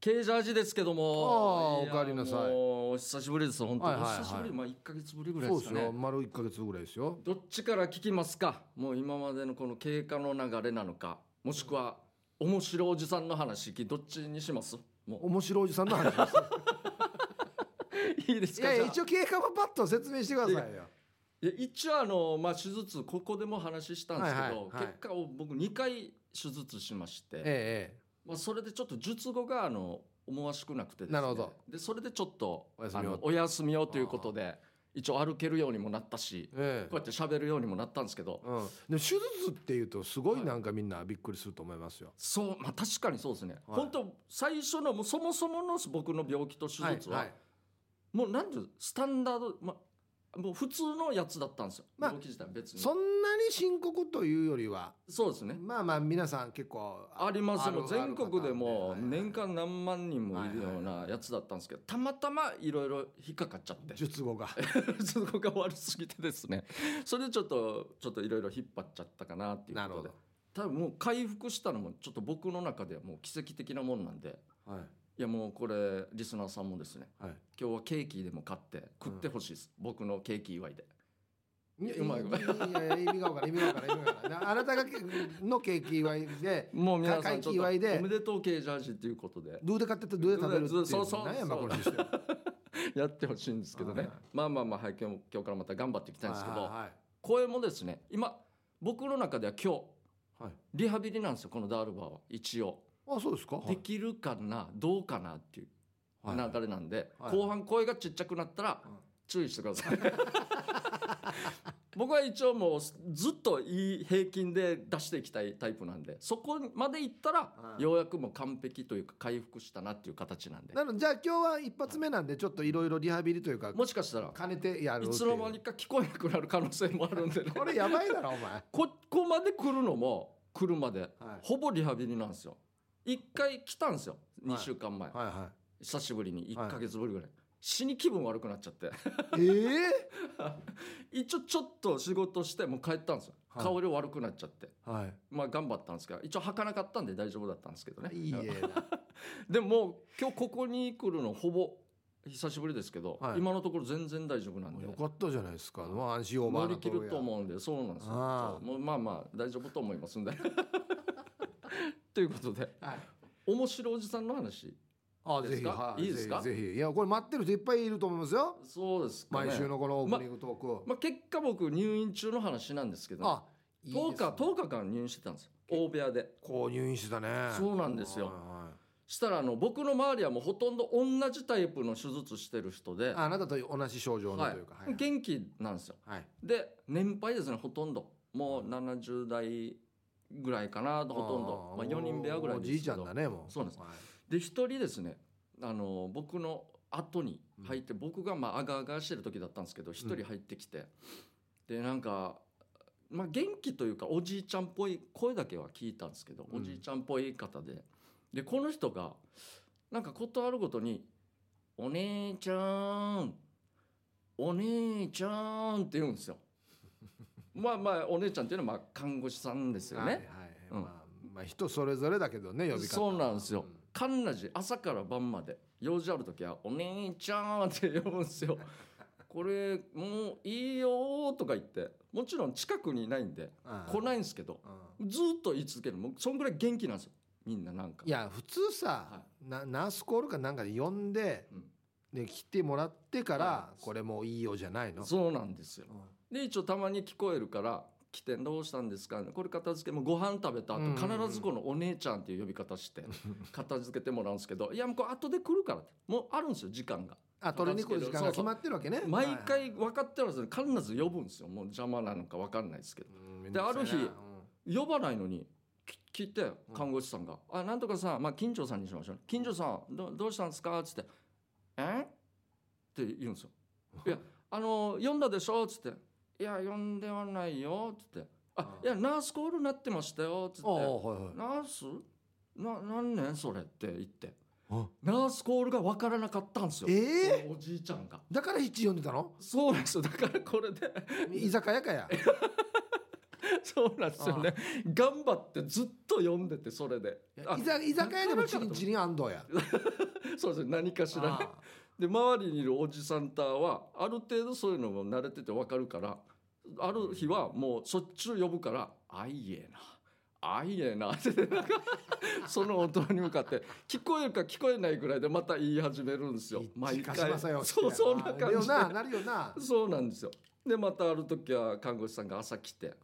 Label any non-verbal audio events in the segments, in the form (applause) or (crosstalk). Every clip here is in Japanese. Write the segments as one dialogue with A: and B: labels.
A: ケージャージですけども。
B: あーおかえりなさい
A: やもうお久しぶりです、本当に。
B: はいはいはい
A: お久しぶり、まあ、一ヶ月ぶりぐらい
B: そ
A: で
B: う
A: す
B: で
A: か
B: すよ
A: ね。
B: 丸1か月ぐらいですよ
A: どっちから聞きますか。もう今までのこの経過の流れなのか、もしくは。面白おじさんの話、どっちにします。も
B: 面白いおじさんの話です
A: (laughs) う。いいです
B: い
A: か。
B: やいや
A: じゃあ
B: 一応経過はパッと説明してくださいよ
A: いや一応あの、まあ、手術ここでも話したんですけど、
B: はいはいはい
A: 結果を僕2回手術しまして、
B: ええ
A: まあ、それでちょっと術後があの思わしくなくてです、ね、
B: なるほど
A: でそれでちょっと
B: お休みを
A: あのお休みをということで一応歩けるようにもなったし
B: えええ
A: こうやって喋るようにもなったんですけど、
B: うん、でも手術っていうとすごいなんかみんなびっくりすると思いますよ。
A: そうまあ確かにそうですね、
B: はい
A: 本当最初のもうそもそもの僕の病気と手術は、
B: はいはい
A: もうなんていうのスタンダード、まあ、もう普通のやつだったんですよ、
B: まあ
A: 病気自体は別に
B: そんなに深刻というよりは
A: そうですね
B: まあまあ皆さん結構
A: ありますよもう
B: あるあ
A: 全
B: る
A: 国でも
B: 方ね
A: 年間何万人もいるようなやつだったんですけどたまたまいろいろ引っかかっちゃってちょ
B: 術後
A: (laughs)
B: が
A: っとここが悪すぎてですねそれでちょっとちょっといろいろ引っ張っちゃったかなっていう
B: なる
A: こ
B: ほ
A: とで
B: ど、
A: 多分もう回復したのもちょっと僕の中ではもう奇跡的なもんなんで
B: はい
A: いやもうこれリスナーさんもですね
B: はい
A: 今日はケーキでも買って食ってほしいです、僕のケーキ祝いで
B: いや
A: うまいうまい
B: いやいや意味が分からん意味が分からん意味が分からんあなたがけのケーキ祝いで
A: もう皆さ
B: か
A: んちょっ
B: 会期祝いで
A: とおめでとうケージャージということで (laughs)
B: どうで買ってってどうで食べるってい
A: どうでそうそう
B: 何やまあこれ
A: (laughs) そやってほしいんですけどね、
B: はいはい
A: まあまあまあ、はい、今日も今日からまた頑張っていきたいんですけど、
B: はい
A: 声もですね今僕の中では今日
B: はいはい
A: リハビリなんですよこのダールバーは一応、
B: あそうですかは
A: で
B: い
A: きるかなどうかなっていう
B: はい
A: 流れなんで、
B: はい
A: 後半声がちっちゃくなったら
B: うん
A: 注意してください、 (laughs) 僕は一応もうずっといい平均で出していきたいタイプなんでそこまでいったら
B: はい
A: ようやくもう完璧というか回復したなっていう形なんで
B: なのでじゃあ今日は一発目なんでちょっといろいろリハビリというか
A: もしかしたら
B: 兼ねてやるっ
A: い
B: ていう
A: つの間にか聞こえなくなる可能性もあるんで
B: (laughs)
A: ね
B: これやばいだろお前
A: ここまで来るのも車で
B: は
A: ほぼリハビリなんですよ一回来たんですよ2週間前、
B: いはいはい
A: 久しぶりに
B: は
A: 1
B: い
A: ヶ月ぶりぐらい、死に気分悪くなっちゃって
B: え
A: 一応ちょっと仕事してもう帰ったんですよ、
B: はい
A: 顔色悪くなっちゃって
B: えはい
A: まあ頑張ったんですけど一応履かなかったんで大丈夫だったんですけどね
B: いいえ
A: でももう今日ここに来るのほぼ久しぶりですけど、
B: はい
A: 今のところ全然大丈夫なん
B: な
A: で
B: よかったじゃないですかまあ安心を
A: 乗り切ると
B: う
A: 思うんでそうなんですよ
B: あ
A: そ
B: あ
A: うもうまあまあ大丈夫と思いますんでということで
B: はい
A: 面白おじさんの話
B: あ
A: です
B: ぜひ
A: か
B: はい
A: いいですか
B: ぜひぜひいやこれ待ってる人いっぱいいると思いますよ
A: そうですか、ね、
B: 毎週のこのオープニングトークを
A: まあ、結果僕入院中の話なんですけど、
B: あいい
A: 10
B: ですね
A: 日10日間入院してたんですよ大部屋で
B: こう入院してたね
A: そうなんですよ
B: はいはい
A: したらあの僕の周りはもうほとんど同じタイプの手術してる人で、
B: ああなたと同じ症状の
A: は
B: と
A: い
B: いうかはい
A: 元気なんですよ
B: はい
A: で年配ですねほとんどもう70代ぐらいかなとほとんど
B: あー
A: まあ、4人部屋ぐらい
B: お
A: ですけど
B: じいちゃんだねもう
A: そうです
B: はい
A: で一人ですねあの僕の後に入って、僕がまああがあがしてる時だったんですけど一人入ってきて、でなんか、まあ、元気というかおじいちゃんっぽい声だけは聞いたんですけど、
B: うん
A: おじいちゃんっぽい方ででこの人がなんかことあるごとに「お姉ちゃんお姉ちゃん」って言うんです
B: (laughs)
A: よ。まあまあお姉ちゃんっていうのはまあ看護師さんですよ
B: はいは
A: ね
B: い。
A: うん
B: まあまあ人それぞれだけどね呼び方
A: そうなんですよ
B: う
A: カンナジ朝から晩まで用事ある時は「お姉ちゃん」って呼ぶんです
B: (laughs)
A: よ。これもういいよーとか言ってもちろん近くにいないんで
B: ああ
A: 来ないんですけど
B: うん
A: ずーっと言い続けるもうそんぐらい元気なんですよみんななんか
B: いや普通さ
A: は
B: なナースコールかなんかで呼んで
A: うん
B: で来てもらってか
A: は
B: ら
A: い
B: これもういいよじゃないの
A: そうなんですよ
B: うん
A: で一応たまに聞こえるから「来てどうしたんですか?」これ片付けもうご飯食べた後
B: うんうんうん
A: 必ずこの「お姉ちゃん」っていう呼び方して片付けてもらうんですけど「いやもうこれ後で来るから」ってもうあるんですよ時間が。
B: あ取りに来る時間が決まってるわけね
A: 毎
B: はいはい
A: 回分かってるはずで必ず呼ぶんですよもう邪魔なのか分かんないですけど
B: うんめんどくさいな
A: である日
B: うん
A: 呼ばないのにき聞いて看護師さんが「あなんとかさん、まあ、近所さんにしましょうね近所さんどどうしたんですか?」っつって「えって言うんですよ「いやあの読んだでしょ?」っつって「いや読んではないよ」っつって「あいやナースコールなってましたよ」っつっ
B: ああ
A: て
B: はい
A: 「
B: はい
A: ナースな何ねんそれ」って言って
B: あ
A: ナースコールが分からなかったんですよ、
B: ええ
A: このおじいちゃんが。
B: だから一呼んでたの
A: (laughs) そうなんですよだからこれで
B: 居酒屋かや
A: そうなんですよね頑張ってずっと読んでてそれであ
B: 居酒居酒屋でもチリンチリンアンドや
A: そうですね何かしらね
B: あ
A: で周りにいるおじさんたはある程度そういうのも慣れてて分かるからある日はもうしょっちゅう呼ぶから「あいえな」あいえな (laughs) ってなんかその音に向かって聞こえるか聞こえないぐらいでまた言い始めるんですよ
B: あ一
A: 毎
B: 致化し
A: 回
B: ますよって
A: そうそんな
B: あ
A: 感
B: よ
A: じ
B: な
A: で
B: なるよな、
A: そうなんですよでまたある時は看護師さんが朝来て
B: う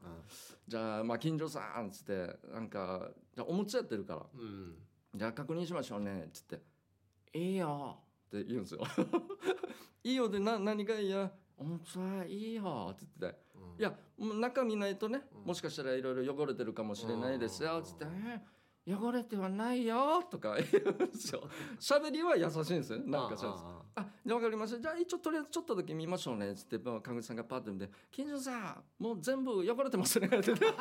A: じゃあ、まあ、近所さんっつって、なんか、じゃあおむつやってるから、
B: んうん、
A: じゃあ確認しましょうね、っつって、いいよって言うんですよ。 (laughs) いいよでな、何がいいや、おむつはいいよって言ってて、いや、もう中見ないとね
B: うん、
A: もしかしたらいろいろ汚れてるかもしれないです
B: うん
A: よ、つって、えー汚れてはないよとか言うんです
B: (laughs)
A: よ。喋りは優しいんですよね、なんかしらんです
B: あ
A: あ、じゃあわかりました。じゃあ一応とりあえずちょっとだけ見ましょうね。つって、まあ、看護師さんがパッと見て、金城さん、もう全部汚れてますね。 (laughs) って言って帰り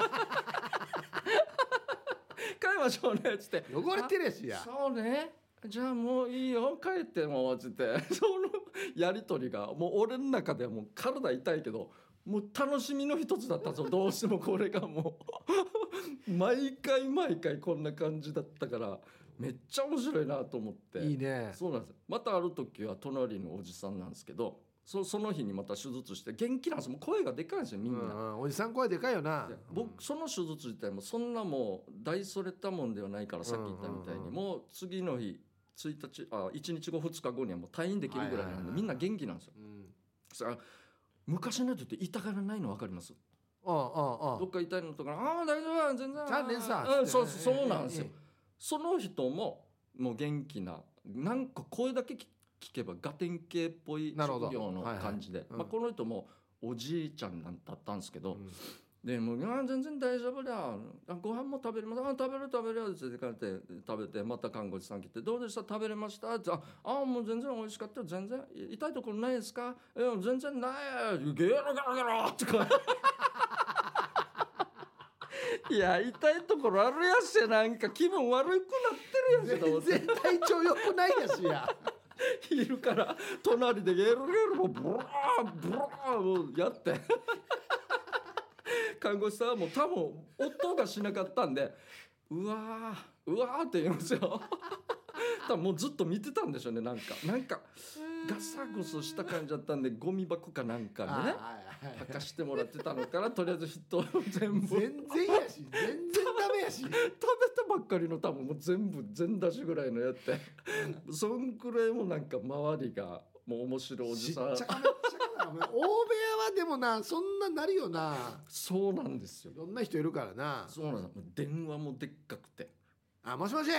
A: ましょうね。つって。
B: あ汚れてるやしや
A: そうね。じゃあもういいよ。帰ってもう。つって。 (laughs) そのやりとりが、もう俺の中ではもう体痛いけど、もう楽しみの一つだったんですよ。どうしてもこれがもう。 (laughs) 毎回毎回こんな感じだったから、めっちゃ面白いなと思って。
B: いいね
A: そうなんですよまたある時は隣のおじさんなんですけどそその日にまた手術して元気なんですもう声がでかいんですよみんな、
B: うんうんおじさん声でかいよな
A: で僕その手術自体もそんなもう大それたもんではないからさっき言ったみたいに、
B: うんうんうん
A: もう次の日1日あ1日後2日後にはもう退院できるぐらいなんで、
B: はいはいはい
A: みんな元気なんですよ
B: うん
A: さあ昔の人って痛がらないの分かります
B: ああああ
A: どっか痛いのとかああ大丈夫だ全然
B: チャンネルさ
A: うんそうそうそうなんですよ、
B: ええ
A: その人ももう元気ななんか声だけ聞聞けばガテン系っぽい
B: なるほど
A: 職業の
B: はいはい
A: 感じで、
B: うん
A: まあ、この人もおじいちゃんなんだったんですけ
B: ええ
A: ど、
B: うん
A: でもうあ全然大丈夫だよあご飯も食べれますあ食べる食べるよって言って帰って食べてまた看護師さん来て「どうでした食べれました?」って「ああもう全然美味しかったよ全然い痛いところないですかいや全然ないよゲロゲロゲロ」とかいや痛いところあるやっしなんか気分悪くなってるやしと思
B: 全
A: って
B: 然体調良くないやしや
A: 昼から隣でゲロゲロもブラーブラーもうやって (laughs) 看護師さんはもう多分音がしなかったんでうわーうわーって言うんですよ (laughs) 多分もうずっと見てたんでしょうねなんかなんかガサゴソした感じだったんでゴミ箱か (laughs) なんかね
B: ああはいはい
A: 吐かしてもらってたのからとりあえず人を全部食べ
B: 全然や
A: (laughs)
B: し全然ダメやし
A: たばっかりの多分もう全部全出しぐらいのやってそんくらいもなんか周りがもう面白いお
B: し
A: じ
B: っち
A: さ
B: ゃか
A: ん
B: めっちゃかなお前大部屋はでもなそんななるよな
A: そうなんですよ
B: い。ろんな人いるからな
A: そうなんですよ。もう電話もでっかく (laughs) て。
B: あもしもし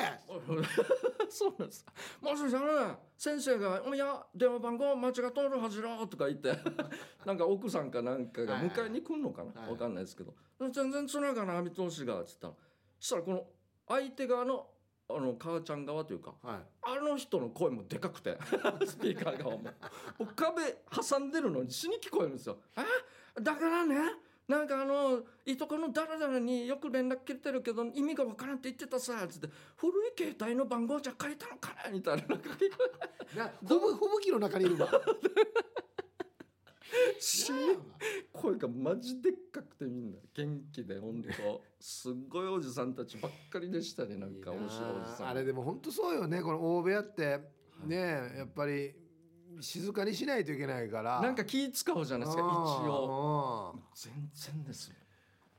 A: そうなんです。もしもしあのね、先生が、おや、電話番号間違っとるはずだとか言って、 (laughs) なんか奥さんかなんかが迎えに来んのか
B: はいは
A: な、
B: い
A: わかんないですけど、全然つながない見通しが、つったら、そしたらこの相手側の、あの母ちゃん側というか
B: はい
A: あの人の声もでかくて (laughs) スピーカー側ももう壁挟んでるのに死に聞こえるんですよ。えだからねなんかあのいとこの誰々によく連絡来てるけど意味がわからんって言ってたさつって古い携帯の番号じゃ書いたのかなみたいななんか結構
B: なほぶほぶきの中にいるわ
A: (laughs) 死に声がマジでっかくてみんな元気で本当すっごいおじさんたちばっかりでしたねなんか面白いおじさん。
B: あれでも本当そうよねこの大部屋ってねやっぱり静かにしないといけないから
A: なんか気使うじゃないですか一応
B: 応
A: 全然ですよ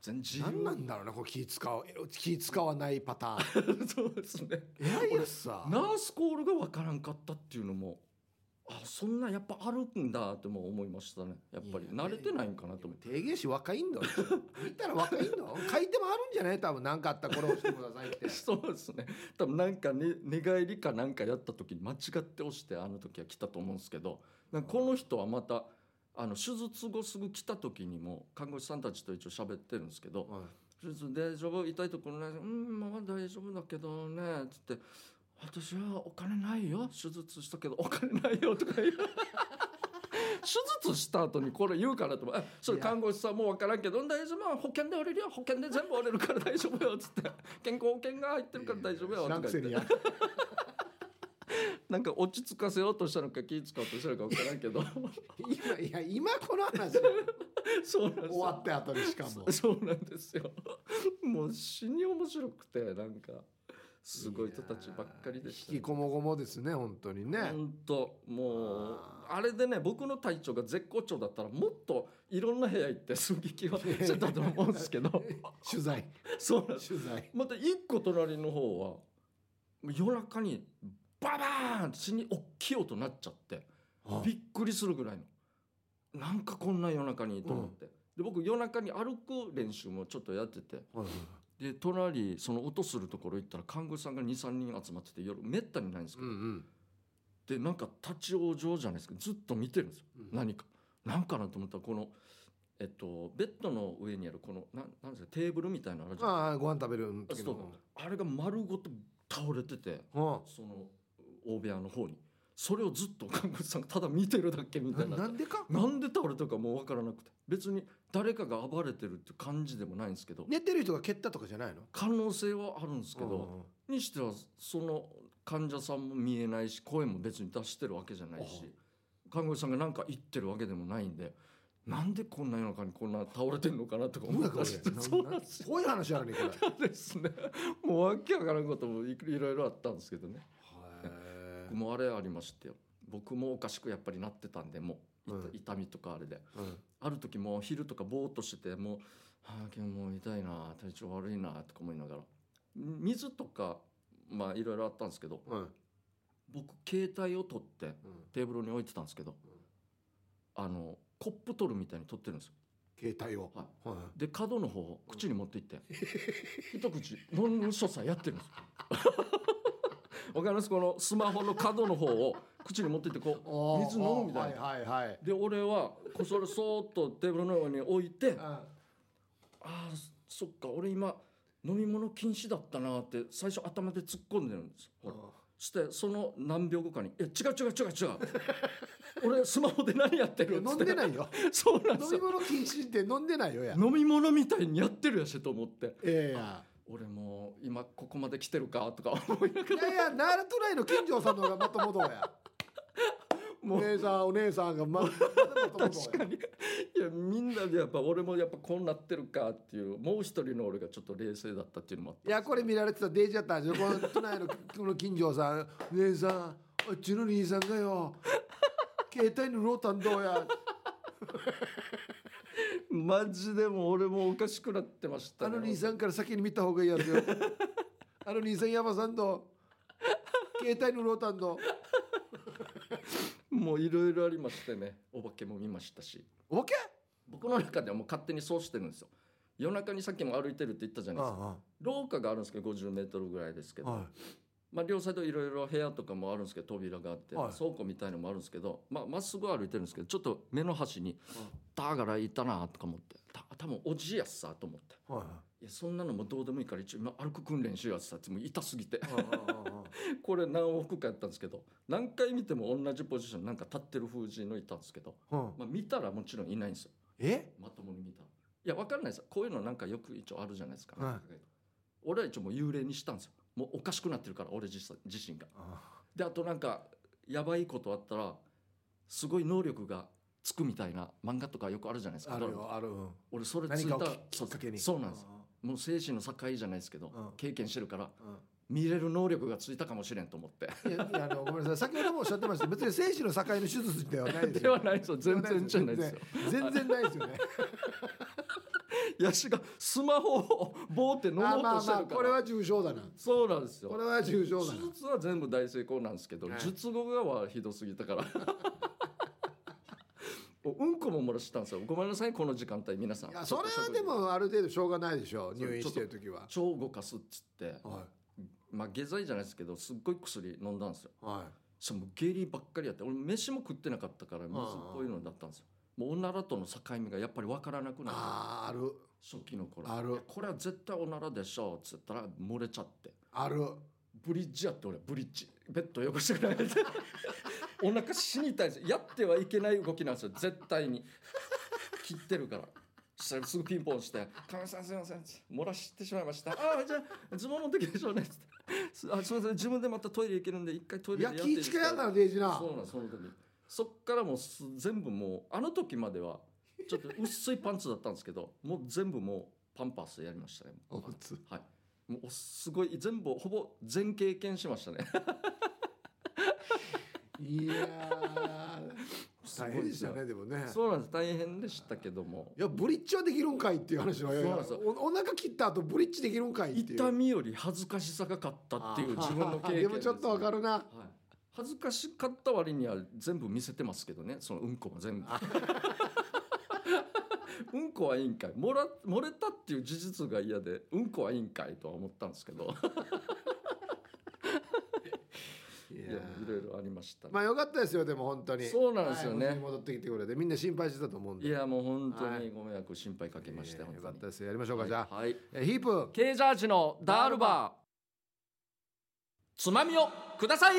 A: 全然
B: 何なんだろうねこう気使う気使わない
A: (laughs)
B: パターン
A: そうですね
B: 偉いやつさ
A: ナースコールがわからんかったっていうのもあそんなやっぱあるんだっても思いましたねやっぱり
B: いや
A: 慣れてないんかなと思って
B: 定義し若いんだよ見たら若いんだよ書いてもあるんじゃない多分何かあったらこれ押してくださいって
A: そうですね多分なんかね寝返りかなんかやった時に間違って押してあの時は来たと思うんですけどなんかこの人はまたあの手術後すぐ来た時にも看護師さんたちと一応喋ってるんですけど
B: う
A: 手
B: ん
A: 術大丈夫痛いところないうんまあ大丈夫だけどね」つって「私はお金ないよ手術したけどお金ないよ」とか (laughs) 言う手術した後にこれ言うからと思うえそれ
B: いや
A: 看護師さんも分からんけど大丈夫保険で折れるよ保険で全部折れるから大丈夫よ」つって「健康保険が入ってるから大丈夫よ」
B: 知らん
A: とか言
B: くせ
A: っ
B: に
A: て
B: や
A: なんか落 (laughs) ち着かせようとしたのか気使おうとしたのか分からんけど (laughs)
B: 今いや今この話
A: そうなんです
B: 終わ
A: よ
B: って後にしかも
A: そ (laughs) そうなんですよもう死に面白くてなんかすごい人たちばっかりでした
B: いやー引きこもごもですね本当にね、
A: 本当もう
B: あー
A: あれでね僕の体調が絶好調だったらもっといろんな部屋行って寸劇をしてたと思うんですけ
B: (laughs)
A: ど
B: 取材
A: そうなんです
B: 取材
A: また一個隣の方はもう夜中にババーン死に大きい音なっちゃってびっくりするぐらいのなんかこんな夜中にと思って、で僕夜中に歩く練習もちょっとやっててで隣その音するところ行ったら看護師さんが23人集まってて夜めったにないんですけ
B: う
A: ど、
B: んうん
A: でなんか立ち往生じゃないですかずっと見てるんですよ、
B: うん
A: 何か何かなと思ったらこのえっとベッドの上にあるこのなんなんですかテーブルみたいなのあるじゃん
B: ああご飯食べる時
A: そう
B: の
A: あれが丸ごと倒れてて
B: うん
A: その大部屋の方にそれをずっと看護師さんがただ見てるだけみたい
B: な
A: な
B: なんでか
A: なんで倒れたかもう分からなくて別に誰かが暴れてるって感じでもないんですけど
B: 寝てる人が蹴ったとかじゃないの
A: 可能性はあるんですけどにしてはその患者さんも見えないし声も別に出してるわけじゃないし看護師さんが何か言ってるわけでもないんでなんでこんな夜中にこんな倒れてんのかなとか
B: うん
A: 思
B: な
A: っ
B: んか
A: た
B: 俺
A: りしてそうなんですよ
B: こういう話あるねこれ
A: ですね。もうわけわからんこともいいろいろあったんですけどね。
B: へー
A: もうあれありましてよ。僕もおかしくやっぱりなってたんで、もう、い
B: うん
A: 痛みとかあれで。
B: うん
A: ある時もう昼とかぼーっとしてて、もう、はあ、今日もう痛いな、体調悪いな、とか思いながら。水とか、まあいろいろあったんですけど、
B: うん
A: 僕携帯を取って
B: うん
A: テーブルに置いてたんですけど、あの、コップ取るみたいに取ってるんですよ。
B: 携帯を
A: はい
B: うん
A: で角の方を口に持っていって、一口飲む所作やってるんですよわかりますこのスマホの角の方を口に持っていってこ
B: おー
A: 水飲むみたいな
B: はいはいはいう
A: で俺はこうそれそーっとテーブルの上に置いてあ
B: あ
A: あーそっか俺今飲み物禁止だったなーって最初頭で突っ込んでるんですよほらしてその何秒後かに「え違う違う違う違う (laughs) 俺スマホで何やって
B: いや
A: る?」
B: 飲んでないいよ
A: (laughs) そうなんで
B: 飲
A: す
B: み
A: よ
B: 物禁止って飲んでないよや
A: 飲み物みたいにやってるやしと思って
B: いやいや
A: 俺もう今ここまで来てるかとか思いな
B: (laughs)
A: が
B: いやいや奈良都内の金城さんの方がまともどうや
A: も
B: お
A: う
B: 姉さんお姉さんがままだまともどう
A: 確か
B: や
A: にいやみんなでやっぱ俺もやっぱこうなってるかっていうもう一人の俺がちょっと冷静だったっていうのもあっ
B: いやこれ見られてたデイジだったんですよこの都内のこの金城さん「姉さんあっちの兄さん
A: (laughs)
B: がよ携帯のロータンどうや
A: てマジでもう俺もおかしくなってました
B: あ
A: ね
B: の兄さんから先に見た方がいいやつよあの兄さん山さんと携帯のロータンど
A: もういろいろありましてねお化けも見ましたし
B: オッケ
A: 僕の中ではもう勝手にそうしてるんですよ夜中にさっきも歩いてるって言ったじゃ
B: ー
A: ないですか
B: あ
A: 廊下があるんですけど50メートルぐらいですけ
B: あ
A: ど
B: は
A: まあ、両サイドいろいろ部屋とかもあるんですけど扉があって、
B: はい
A: 倉庫みたいのもあるんですけどまあ、まっすぐ歩いてるんですけどちょっと目の端に「だからいたな」とか思ってた多分おじやっさと思って
B: いはい
A: いやそんなのもどうでもいいから一応今歩く訓練しようやってたってもう痛すぎて (laughs)
B: あ
A: これ何往復かやったんですけど何回見ても同じポジションなんか立ってる風神のいたんですけど、
B: あうん
A: まあ、見たらもちろんいないんですよ
B: え
A: まともに見たらいや分かんないですよこういうのなんかよく一応あるじゃないですか、
B: は
A: 俺は一応もう幽霊にしたんですよもうおかしくなってるから俺自身自身が。であとなんかやばいことあったらすごい能力がつくみたいな漫画とかよくあるじゃないですか
B: あるよあるうん
A: 俺それつ
B: 何
A: い
B: か
A: た
B: をき
A: そ
B: っ
A: う
B: かけに
A: そうなんですもう精神の境じゃないですけど、
B: うん
A: 経験してるから
B: うんうん
A: 見れる能力がついたかもしれんと思って
B: いやいやあのごめんなさい先ほどもおっしゃってました別に精子の境の手術ではないです
A: で
B: よ
A: はないですよ全然じゃないですよ
B: 全然全然ないですよね
A: ヤシがスマホをボーって飲
B: あ
A: もう
B: ま
A: と
B: あ
A: してる
B: ま
A: か
B: あ
A: ら
B: これは重症だな
A: そうなんですよ
B: これは重症だ
A: 手術は全部大成功なんですけど、
B: はい
A: 術後がはひどすぎたから (laughs) うんこも漏らしたんですよごめんなさいこの時間帯皆さん
B: ないやそれはでもある程度しょうがないでしょう入院してる時は
A: 腸を動かすっつって、
B: は
A: まあ、下剤じゃないですけどすっごい薬飲んだんですよ
B: いは
A: しかも下痢ばっかりやって俺飯も食ってなかったから水っぽいのだったんですよもうおならとの境目がやっぱり分からなく
B: い
A: なって
B: あーある
A: 初期の頃
B: あ
A: い
B: る
A: やこれは絶対おならでしょうっつったら漏れちゃって
B: ある
A: ブリッジやって俺ブリッジベッド汚してくれて (laughs) お腹死にたいんですやってはいけない動きなんですよ絶対に切ってるからそしたらすぐピンポンして「亀井さんすいません漏らしてしまいましたああじゃあズボン持ってきましょうね」っつってすあすいません自分でまたトイレ行けるんで一回トイ
B: い
A: レで
B: や
A: やってい
B: 気
A: いです
B: 近
A: か
B: やんだなデイジな
A: そうなんその時そっからもうす全部もうあの時まではちょっと薄いパンツだったんですけどもう全部もうパンパースやりましたね
B: おむつ
A: はいもうすごい全部ほぼ全経験しましたね
B: いや
A: (laughs)
B: ー
A: すごい
B: (laughs) 大
A: すよ
B: 変でしたねでもね
A: そうなんです大変でしたけども
B: いやブリッジはできるんかいっていう話のいやいや
A: そうなんですよ
B: おお腹切った後ブリッジできるんかいっていう
A: 痛みより恥ずかしさが勝ったっていう自分の経験
B: で,、もちょっとわか
A: る、
B: るな
A: はい、恥ずかしかった割には全部見せてますけどねそのうんこも全部 (laughs) うんこはいいんかい漏ら漏れたっていう事実が嫌でうんこはいいんかいとは思ったんですけど
B: い
A: い
B: や
A: やいろいろありましたね、
B: まあよかったですよでも本当に
A: そうなんですよね
B: はい無事に戻ってきてくれてみんな心配してたと思うんで
A: いやもう本当
B: は
A: にご迷惑心配かけまして、
B: えー
A: 本
B: よ
A: 当
B: かっ
A: に
B: たですよやりましょうか、じゃあ、
A: はい、
B: えーヒープ
A: ケージャージのダールバーつまみをください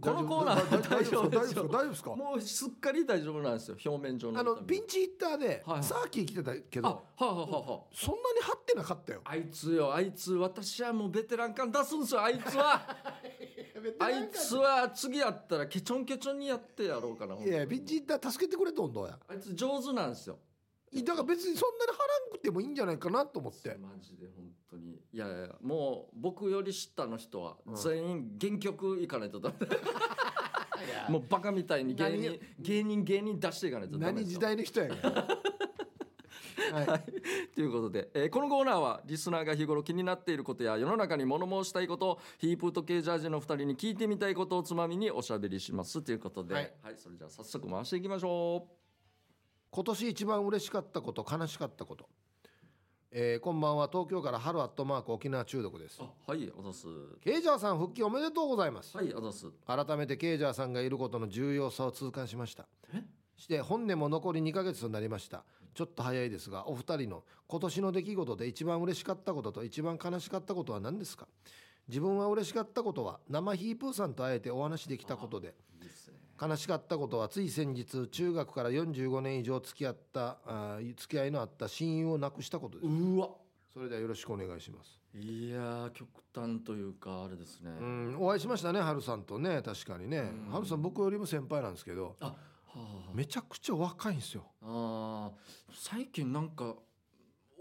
A: このコーナーは
B: 大
A: 大
B: 丈
A: 丈
B: 夫
A: 夫
B: 大
A: です
B: 丈夫
A: よ
B: 大丈夫ですか
A: もうすっかり大丈夫なんですよ表面上の
B: あの
A: 痛み
B: ピンチヒッターで
A: はいはい
B: サーキー来てたけ
A: あ
B: ど、
A: はあ、はあはあは
B: そんなに張ってなかったよ
A: あ、あいつよあいつ私はもうベテラン感出すんですよあいつは
B: (laughs)
A: あいつは次やったらケチョンケチョンにやってやろうかな本
B: い
A: 当に
B: やピンチヒッター助けてくれとんどや
A: あいつ上手なんですよ
B: いやだから別にそんなに張らんくてもいいんじゃないかなと思って
A: マジで本当にいやいやもう僕より下の人は全員原曲いかないとダメ、もうバカみたいに芸人芸人芸人出していかないとダメ
B: 何
A: です
B: 時
A: よ
B: 代の人やから (laughs) はい、
A: ということで、えーこのコーナーはリスナーが日頃気になっていることや世の中に物申したいことヒープーとケージャージの2人に聞いてみたいことをつまみにおしゃべりしますということで、
B: は
A: はいいそれじゃあ早速回していきましょ
B: 今年一番嬉しかったこと悲しかったこと、えー、こんばんは東京から春アットマーク沖縄中毒です
A: うあはいあざす
B: ケイジャーさん復帰おめでとうございます
A: はいあざす
B: 改めてケイジャーさんがいることの重要さを痛感しました
A: え
B: して本年も残り2ヶ月となりましたちょっと早いですがお二人の今年の出来事で一番嬉しかったことと一番悲しかったことは何ですか自分は嬉しかったことは生ヒープーさんと会えてお話しできたことで
A: いいですね
B: 悲しかったことはつい先日中学から45年以上付き合ったあー付き合いのあった親友を亡くしたことです
A: うわ
B: それではよろしくお願いします
A: いやー極端というかあれですね、
B: うんお会いしましたねハルさんとね確かにね
A: うん
B: ハルさん僕よりも先輩なんですけど
A: あはあ
B: めちゃくちゃ若いんですよ
A: あー最近なんか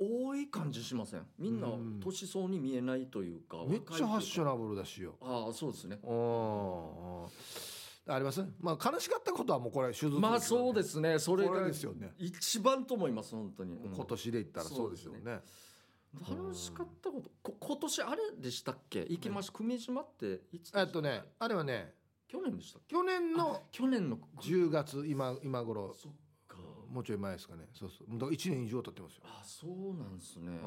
A: 多い感じしませんみんな
B: うん
A: 年相に見えないというか
B: めっちゃファッショ
A: ン
B: ナブルだしよ
A: ああそうですね
B: うんありますまあ悲しかったことはもうこれ手術
A: まあそうですすねそ
B: こ
A: れ
B: れ
A: が
B: ですよね
A: 一番と思います本当に、うん
B: 今年で言ったらそうですよ
A: そう
B: ね
A: 楽しかったことこ今年あれでしたっけ行きまし久米島っていつでした
B: えっとねあれはね
A: 去年でしたっけ
B: 去年の
A: 去年の
B: 10月今今頃
A: そっか
B: もうちょい前ですかねそうそうだから1年以上経ってますよ、
A: あそうなんですね、い
B: うん
A: や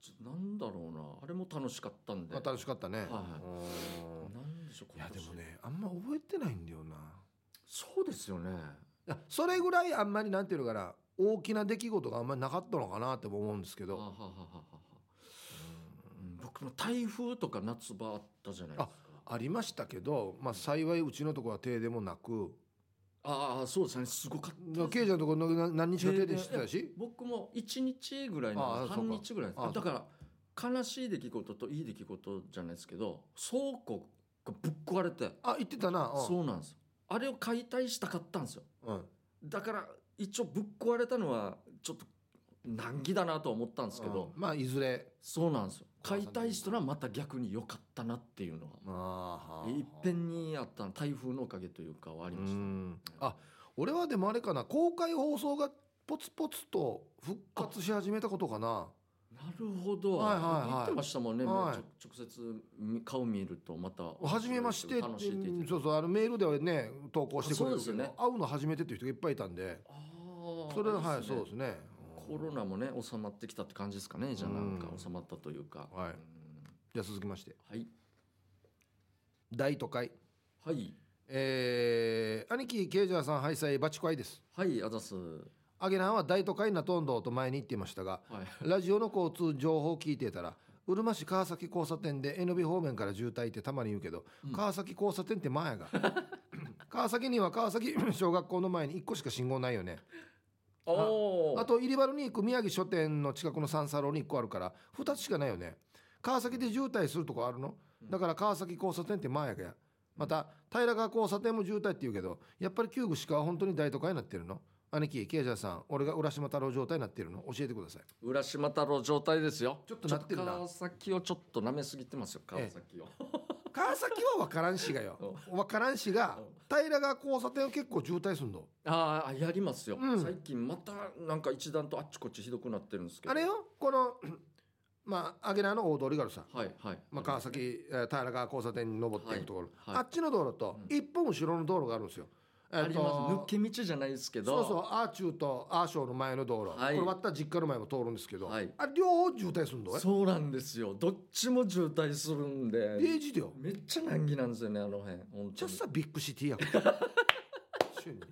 A: ちょなんだろうなあれも楽しかったんで、
B: まあ、楽しかったね、
A: いはい
B: うん
A: なんでしょう
B: いや
A: 今
B: で
A: 年
B: もねあんま覚えてないんだよな
A: そうですよね
B: いやそれぐらいあんまりなんていうのかな大きな出来事があんまりなかったのかなっても思うんですけ
A: はあ
B: ど
A: はあはあはあはあうん僕も台風とか夏場あったじゃないですか
B: ありましたけど、まあ、幸いうちのところは停電もなく
A: ああそうですねすごかったです
B: ケイジャーのところの何日か停電してたし
A: 僕も1日ぐらい
B: あ
A: な
B: あ
A: ん
B: そう
A: です
B: か
A: 半日ぐらいなんです
B: あ
A: だから悲しい出来事といい出来事じゃないですけど倉庫がぶっ壊れて
B: あ行ってたなうん
A: そうなんですよあれを解体したかったんですよ
B: うん
A: だから一応ぶっ壊れたのはちょっと難儀だなとは思ったんですけど
B: うんまあいずれ
A: そうなんですよ解
B: 壊さない
A: 体したのはまた逆に良かったなっていうのは
B: あ
A: いっぺんにあった台風のおかげというかはありました
B: たあ俺はでもあれかな公開放送がポツポツと復活し始めたことかな
A: なるほど、
B: はいはいはい
A: 言ってましたもんね、
B: はい
A: ちょ直接み顔見るとまた
B: 初めまして
A: 楽しいって言ってた
B: そうそうあのメールではね投稿してくれ
A: あそ
B: るけど、
A: うですよね
B: 会うの初めてっていう人がいっぱいいたんで
A: あー
B: それは
A: あ
B: はい
A: れです
B: そ
A: ね
B: うですね
A: コロナもね収まってきたって感じですかねじゃあなんか収まったというか、
B: はい
A: うん
B: じゃあ続きまして
A: はい
B: 大都会
A: はい
B: えー、兄貴ケイジャーさん敗イバチコアイです
A: はいあざすは
B: アゲナンは大都会なトンドーと前に言っていまし
A: (laughs)
B: たがラジオの交通情報を聞いていたら、うるま市川崎交差点で NB 方面から渋滞ってたまに言うけど、
A: うん
B: 川崎交差点って前
A: (laughs)
B: やが。川崎には川崎小学校の前に1個しか信号ないよね。
A: いおー
B: あと入り原に行く宮城書店の近くの三サロに1個あるから、2つしかないよね。川崎で渋滞するとこあるのだから川崎交差点って前やがや。また平川交差点も渋滞って言うけどやっぱり旧具鹿は本当に大都会になってるの兄貴ケイジャーさん俺が浦島太郎状態になってるの教えてください
A: 浦島太郎状態ですよ
B: ちょっとなってるな
A: ちょっと川崎をちょっと舐めすぎてますよ川崎を、
B: 川崎は分からんし
A: (laughs)
B: がよ分からんしが平川交差点は結構渋滞すんの
A: ああやりますよ、
B: うん
A: 最近またなんか一段とあっちこっちひどくなってるんですけど
B: あれよこのまあアゲナの大通りがあるさ、
A: はいはい、
B: まあ、川崎えー平川交差点に登っていくところ、
A: はいはい
B: あっちの道路と一本後ろの道路があるんですよ、え
A: あ
B: っ
A: り
B: と
A: ます抜け道じゃないですけど
B: そうそうアーチューとアーショーの前の道路、
A: はい
B: これ割ったら実家の前も通るんですけど、
A: はい
B: あれ両方渋滞すんのえ
A: そうなんですよどっちも渋滞するんで
B: デイジだよ
A: めっちゃ難儀なんですよねあの辺本
B: じ
A: 当
B: ゃ
A: に
B: さビッグシティ (laughs) やん瞬に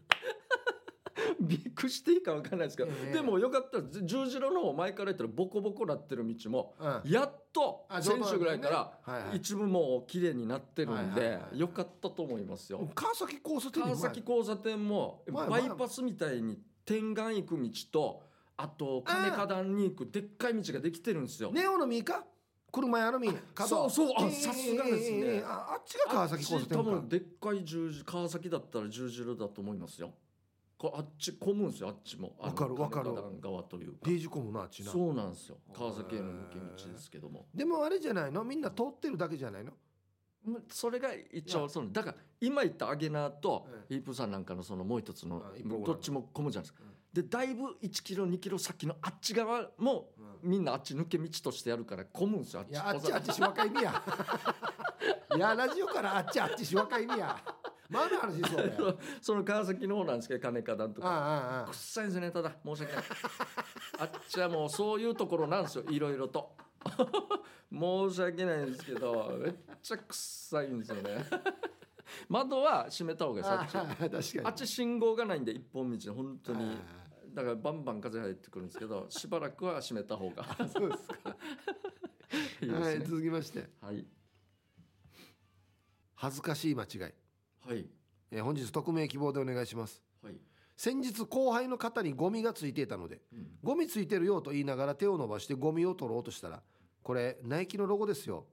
A: びっくりしていいかわかんないです (laughs) けど、
B: ええ
A: でもよかったらじ十字路の方前から言ったらボコボコなってる道も
B: うん
A: やっと
B: あ
A: 先週ぐらいか
B: 道路ねはい
A: ら
B: はい
A: 一部もう綺麗になってるん
B: はいはい
A: で
B: はい
A: よかったと思いますよ
B: 川崎交差点に
A: 川
B: もや
A: 崎交差点も
B: 前
A: バイパスみたいに天眼行く道とあと金花壇に行くでっかい道ができてるんですよ
B: ネオの実か車屋の実角
A: そうそうあ
B: えー
A: さすがですね
B: えーえーああっちが川崎交差
A: あっち多
B: 点
A: 分でっかい十字川崎だったら十字路だと思いますよこうあっち混むんですよあっちもあの
B: わかるわかる
A: 金花壇側というか
B: かデイジコムなあっちな
A: そうなんですよ川崎への抜け道ですけども
B: でもあれじゃないのみんな通ってるだけじゃないの
A: むそれが一
B: い
A: 応
B: や
A: そのだから今言ったアゲナーと
B: うん
A: ヒープさんなんかのそのもう一つの
B: あ一本
A: どっちも混むじゃないですかでだいぶ1キロ2キロ先のあっち側もみんなあっち抜け道としてやるから混むんですよ
B: いやあ
A: あっ
B: っ
A: ち
B: ちあっちしわかいみや (laughs) いやラジオからあっちあっちしわかいみやまだ話し (laughs) そうだよ
A: (laughs) その川崎の方なんですけど金花壇と
B: ああ
A: か
B: あああ
A: くっさいですねただ申し訳ないあっちはもうそういうところなんですよいろいろと (laughs) 申し訳ないんですけどめっちゃくっさいんですよね窓は閉めた方がいいですあ
B: あ
A: っち
B: ああ確かに
A: あっち信号がないんで一本道で本当に
B: あ
A: だからバンバン風入ってくるんですけどしばらくは閉めた方が
B: あそうですか
A: (laughs) いいで
B: は
A: す
B: い
A: ね
B: 続きまして
A: はい
B: 恥ずかしい間違い、
A: はい
B: えー本日匿名希望でお願いします
A: はい、
B: 先日後輩の方にゴミがついていたので
A: うん
B: ゴミついてるよと言いながら手を伸ばしてゴミを取ろうとしたらこれナイキのロゴです (laughs) よ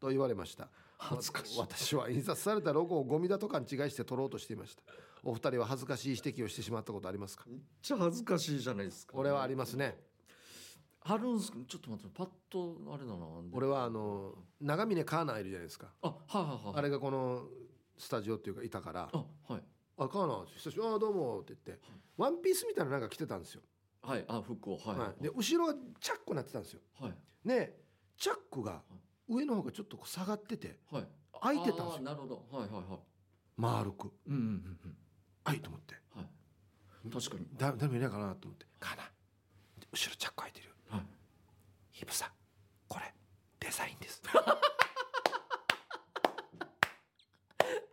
B: と言われました
A: 恥ずかしい
B: わ私は印刷されたロゴをゴミだと勘違いして取ろうとしていましたお二人は恥ずかしい指摘をしてしまったことありますか
A: めっちゃ恥ずかしいじゃないですか
B: 俺はありますね
A: あるんすけどちょっと待ってパッとあれだな
B: 俺はあの長峰カーナーいるじゃないですか
A: あはいはいはい
B: あれがこのスタジオっていうかいたから
A: あはい
B: 「あカーナー久しぶりあーどうも」って言ってワンピースみたいななんか着てたんですよ、
A: はいあ服をはい、は
B: はい、で後ろがチャックになってたんですよ
A: い、はい
B: ねチャックが上の方がちょっとこう下がってて
A: はい。
B: 開いてたん
A: あ
B: ですよ
A: ーなるほど。はいはいはい。
B: 丸く
A: うんうんうん
B: あいと思って
A: うん。はい。確かに。
B: だ誰もいないかなと思って「かな」後ろチャック開いてるよ
A: はい。
B: 「ヒブさんこれデザインです」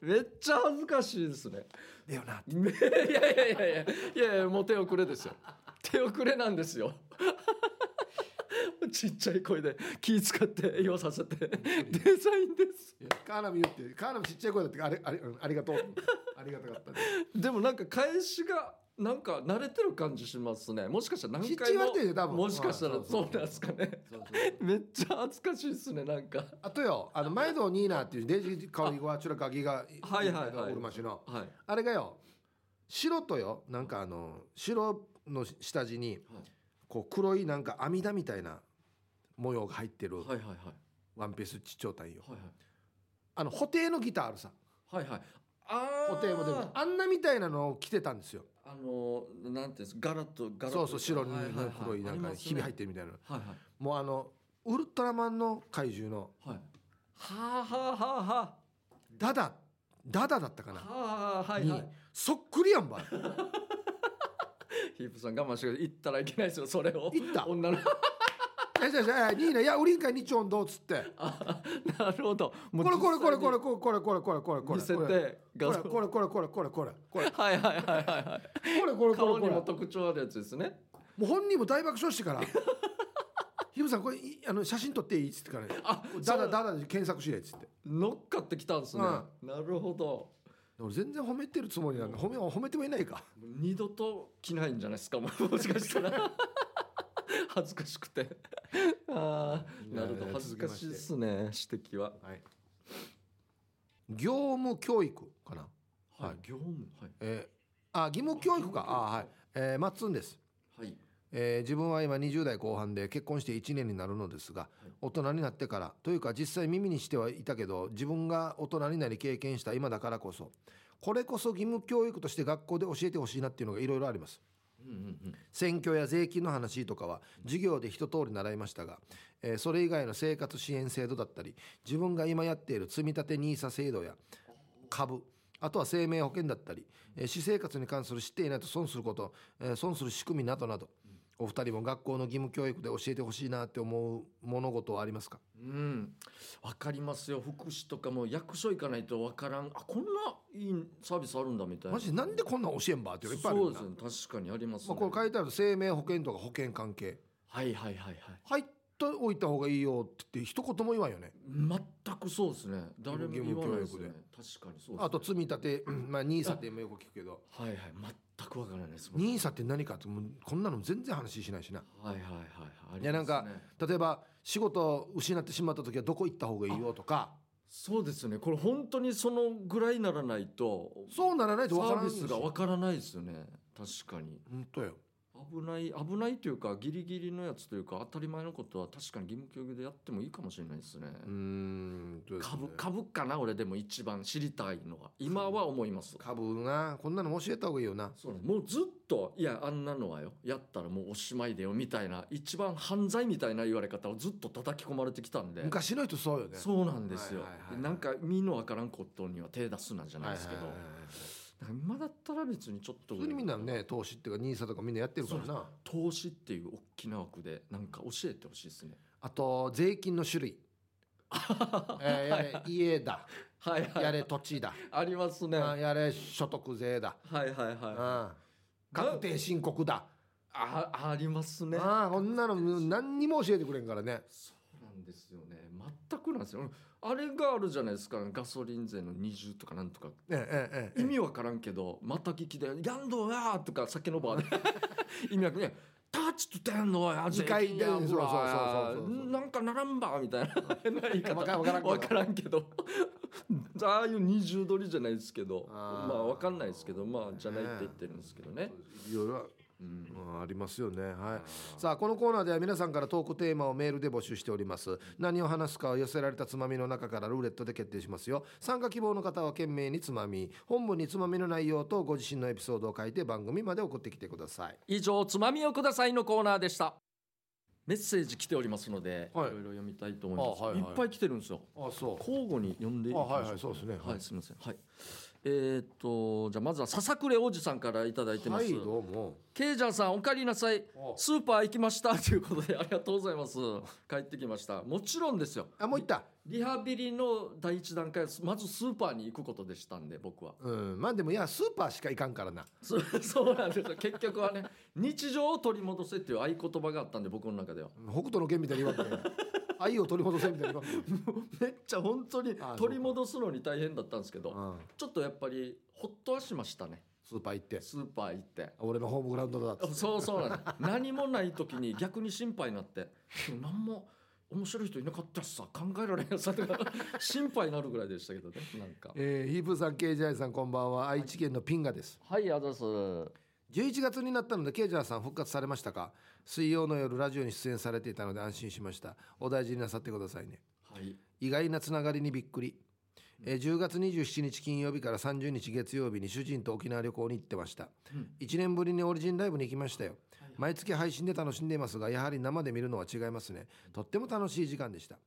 A: めっちゃ恥ずかしいですね。
B: だよな
A: めい (laughs) やいやいやいやいやいやもう手遅れですよ。手遅れなんですよ。 (laughs) ちっちゃい声で気使って言わさせてデザインです
B: カーナミ言ってカーナミちっちゃい声だってあれ (laughs) あれうんありがとうってありがたかったね
A: でもなんか返しがなんか慣れてる感じしますねもしかしたら何
B: きっち
A: 回
B: り言
A: も
B: われてるよ多分
A: もしかしたら
B: まあそ
A: そう
B: そう
A: うなんですかね
B: そうそう
A: めっちゃ恥ずかしいですねなんか
B: あとよあの前堂ニーナーっていうデイジー香りはちょろかぎが
A: はいはいはい
B: ウルマシの
A: はい
B: あれがよ白とよなんかあの白の下地にこう黒いなんか網田みたいな模様が入ってる
A: はいはいはい
B: ワンピースちっちゃうたんよ
A: はいはい
B: あの布袋のギターあるさ
A: はいはい。ああ。
B: 布袋もでもあんなみたいなのを着てたんですよ
A: あのー、なんていうんですか、ガラッと、ガラッと。
B: そうそう白に
A: はいはいはい
B: 黒いなんかひび入っ。てるみたいな
A: ありますね
B: もうあのウルトラマンの怪獣の
A: はいはい。はい。はあ、はあはあは
B: ダダダダだったか
A: あ。
B: な
A: はあ、はい
B: に
A: はい。
B: そっくりやんばい
A: ヒープさん我慢してください行ったらいけないですよ、それを。
B: 行った
A: 女の。
B: やいやいやいやニーナいやウリンカイニチョンどうっつって
A: あなるほど。も
B: こ
A: う
B: れこれこれこれ
A: 実
B: これこれこれこれこれこれこれ
A: 際に見せて、
B: こ
A: 画
B: れ
A: 像。
B: これこれこれこれこれこれこれ
A: はいはいはいはいはい。
B: これこれ
A: 顔
B: こ
A: に
B: れ
A: も特徴あるやつですね。
B: もう本人も大爆笑してから「ヒムさんこれいあの写真撮っていい?」っつってからね
A: あ、
B: 「ダ
A: だだ
B: ダ
A: だ。
B: ダダ」で検索しれっつって
A: 乗っかってきたんですね。なるほど。
B: 俺全然褒めてるつもりなんだ褒め褒めてもいないか
A: もう二度と着ないんじゃないですか (laughs) もうもしかしたら恥ずかしくてああ
B: いや
A: ない
B: や
A: るほど恥ずかしいですね指摘は
B: はい業務教育かな、
A: はい、
B: はい
A: 業務はい
B: えーあ義務教育か
A: あ
B: あはい、えー、マッツンです
A: はい
B: えー自分は今20代後半で結婚して1年になるのですが
A: い
B: 大人になってからというか実際耳にしてはいたけど自分が大人になり経験した今だからこそこれこそ義務教育として学校で教えてほしいなっていうのがいろいろあります
A: うんうんうん
B: 選挙や税金の話とかは授業で一通り習いましたが、えーそれ以外の生活支援制度だったり自分が今やっている積立 NISA 制度や株あとは生命保険だったり、えー私生活に関する知っていないと損すること、えー損する仕組みなどなどお二人も学校の義務教育で教えてほしいなって思う物事はありますか
A: うん、わかりますよ福祉とかも役所行かないとわからんあこんないいサービスあるんだみたいな
B: マジなんでこんなん教えんばっていうのいっぱいある
A: そ
B: よ
A: う
B: な
A: ですね確かにあります、ね
B: まあ、これ書いてある生命保険とか保険関係
A: はいはいはいはい
B: 入っておいた方がいいよって言って一言も言わんよね
A: 全くそうですね誰も言わないですね確か
B: 義務
A: にそうです、ね、
B: あと積み立て、うんまあ、ニーサって今よく聞くけど、
A: はいはい全くわからないです僕
B: ニーサって何かって、もうこんなの全然話しないしな。
A: はいはいはいはいありますね
B: いやなんか例えば、仕事を失ってしまった時はどこ行った方がいいよとか、
A: そうですねこれ本当にそのぐらいならないと
B: そうならない
A: サ
B: とわから
A: ービ
B: んんで
A: ス
B: す
A: がわ
B: よ。
A: からないですよね確かに
B: 本当よ。
A: 危ない危ないというかギリギリのやつというか当たり前のことは確かに義務教育でやってもいいかもしれないですね、
B: うーん、どうですかね
A: 株株かな俺でも一番知りたいのは今は思います
B: 株な、こんなの教えた方がいいよな。
A: そうねもうずっといやあんなのはよやったらもうおしまいだよみたいな一番犯罪みたいな言われ方をずっと叩き込まれてきたんで
B: 昔の人そうよね。
A: そうなんですよ、
B: はいはいはいはい
A: なんか身のわからんことには手出すなんじゃない
B: はい
A: で
B: は
A: す
B: いは
A: け
B: い
A: ど、
B: はい
A: 今だったら別にちょっと
B: 普通にみんなね、投資っていうか、ニーサとかみんなやってるからな。
A: 投資っていう大きな枠でなんか教えてほしいですね
B: あと、税金の種
A: (laughs)
B: 類。えーやれ家だ、
A: はいはい (laughs)
B: やれ土地だ、
A: ありますね
B: あ
A: はい
B: やれ所得税だ、
A: はいはいあ
B: ああ確定申告だ、
A: ありますね
B: ああこんなの何にも教えてくれんからね
A: そうなんですよね全くなんですよあれがあるじゃないですかガソリン税の20とかなんとか
B: ええええ
A: 意味わからんけどまた聞きで「ギャンドや!」とか酒の場
B: (laughs)
A: で意味わかんねタッチとてんのや
B: 次回
A: 税金や
B: うん
A: ほら
B: そうそうそうそうそう
A: なんかならんばみたいな変な言い方
B: (laughs) わかわからんけど
A: わからんけどああいう20取りじゃないですけど
B: あー
A: まあわかんないですけどまあじゃないって言ってるんですけどね、
B: いろいろ、
A: うん
B: うんありますよねはい
A: さ
B: さあこのコーナーでは皆さんからトークテーマをメールで募集しております何を話すかを寄せられたつまみの中からルーレットで決定しますよ参加希望の方は懸命につまみ本文につまみの内容とご自身のエピソードを書いて番組まで送ってきてください
A: 以上「つまみをください」のコーナーでしたメッセージ来ておりますので、
B: はい
A: いろいろ読みたいと思います、
B: あはいはい
A: いっぱい来てるんですよ
B: あそ
A: 交互に読んでいきましょ
B: あはいはいそうですねは
A: はいい、すみません。はい。えーっと、じゃあまずは笹くれおじさんからいただいてま
B: は
A: す。
B: いどうも
A: ケイジャーさん、お帰りなさい。スーパー行きました (laughs) ということで、ありがとうございます。帰ってきました。もちろんですよ。
B: あもういった
A: リハビリの第一段階は、まずスーパーに行くことでしたんで、僕は。
B: うんまあでもいやスーパーしか行かんからな
A: そそうなんです (laughs) よ。結局はね、日常を取り戻せっていう合言葉があったんで、僕の中では。
B: 北斗の剣みたいに言われて (laughs) 愛を取り戻せみたいに言われて
A: めっちゃ本当に
B: あそうか
A: 取り戻すのに大変だったんですけど、
B: うん
A: ちょっとやっぱり、ほっとはしましたね。
B: スーパー行って
A: スーパー行って。
B: 俺のホームグラウンドだっつって
A: そうそうなんです何もない時に逆に心配になって「でも何も面白い人いなかったしさ考えられんやつさ」とか心配になるぐらいでしたけどねなんか
B: えー、ヒープーさん、ケイジャイさん、こんばんは。愛知県のピンガです。
A: はいあざっすは
B: 11月になったので、ケイジャイさん復活されましたか水曜の夜、ラジオに出演されていたので安心しました。お大事になさってくださいね。
A: い
B: 意外なつながりにびっくり。えー10月27日金曜日から30日月曜日に主人と沖縄旅行に行ってました。
A: うん
B: 1年ぶりにオリジンライブに行きましたよ。毎月配信で楽しんでいますが、やはり生で見るのは違いますね。とっても楽しい時間でした。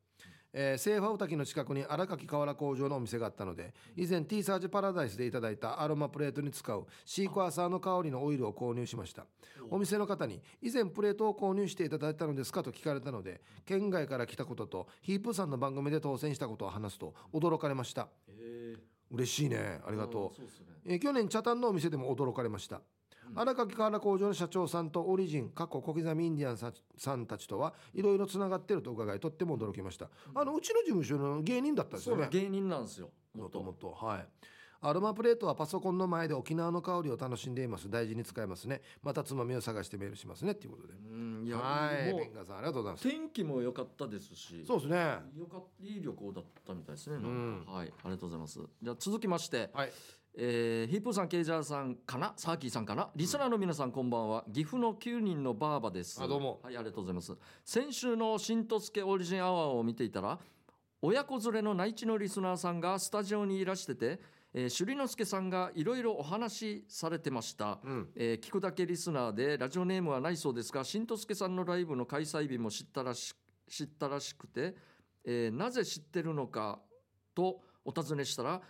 B: えー、セーファウタキの近くに荒垣河原工場のお店があったので、以前 T サージパラダイスでいただいたアロマプレートに使うシークワーサーの香りのオイルを購入しました。お店の方に、以前プレートを購入していただいたのですかと聞かれたので、県外から来たことと、ヒープーさんの番組で当選したことを話すと、驚かれました。
A: え
B: 嬉しいね。あ
A: あ
B: りがとう
A: ー。そうっすね
B: えー去年、茶炭のお店でも驚かれました。
A: うん
B: 荒垣河原工場の社長さんとオリジン、過去小刻みインディアンさんさんたちとはいろいろつながっていると伺い、とっても驚きました。あの、うちの事務所の芸人だったんです
A: そ
B: よ
A: う
B: ね。
A: 芸人なんですよ
B: も
A: も
B: ともと。はい。アロマプレートはパソコンの前で沖縄の香りを楽しんでいます大事に使いますねまたつまみを探してメールしますねっていうことで
A: うんいや
B: はい
A: も
B: ベン
A: う
B: ガさんありがとうございます
A: 天気も良かったですし
B: そうですね
A: よかったいい旅行だったみたいですね、なんか
B: うん
A: はいありがとうございますじゃあ続きまして、
B: はい
A: えーヒップーさんケイジャーさんかなサーキーさんかなリスナーの皆さんこんばんは岐阜の9人のバーバです
B: あどうも
A: はいありがとうございます先週の新とすけオリジンアワーを見ていたら親子連れの内地のリスナーさんがスタジオにいらしてて、えー、首里之助さんがいろいろお話しされてました、
B: うん
A: えー聞くだけリスナーでラジオネームはないそうですが新とすけさんのライブの開催日も知ったらし知ったらしくて、えーなぜ知ってるのかとお尋ねしたら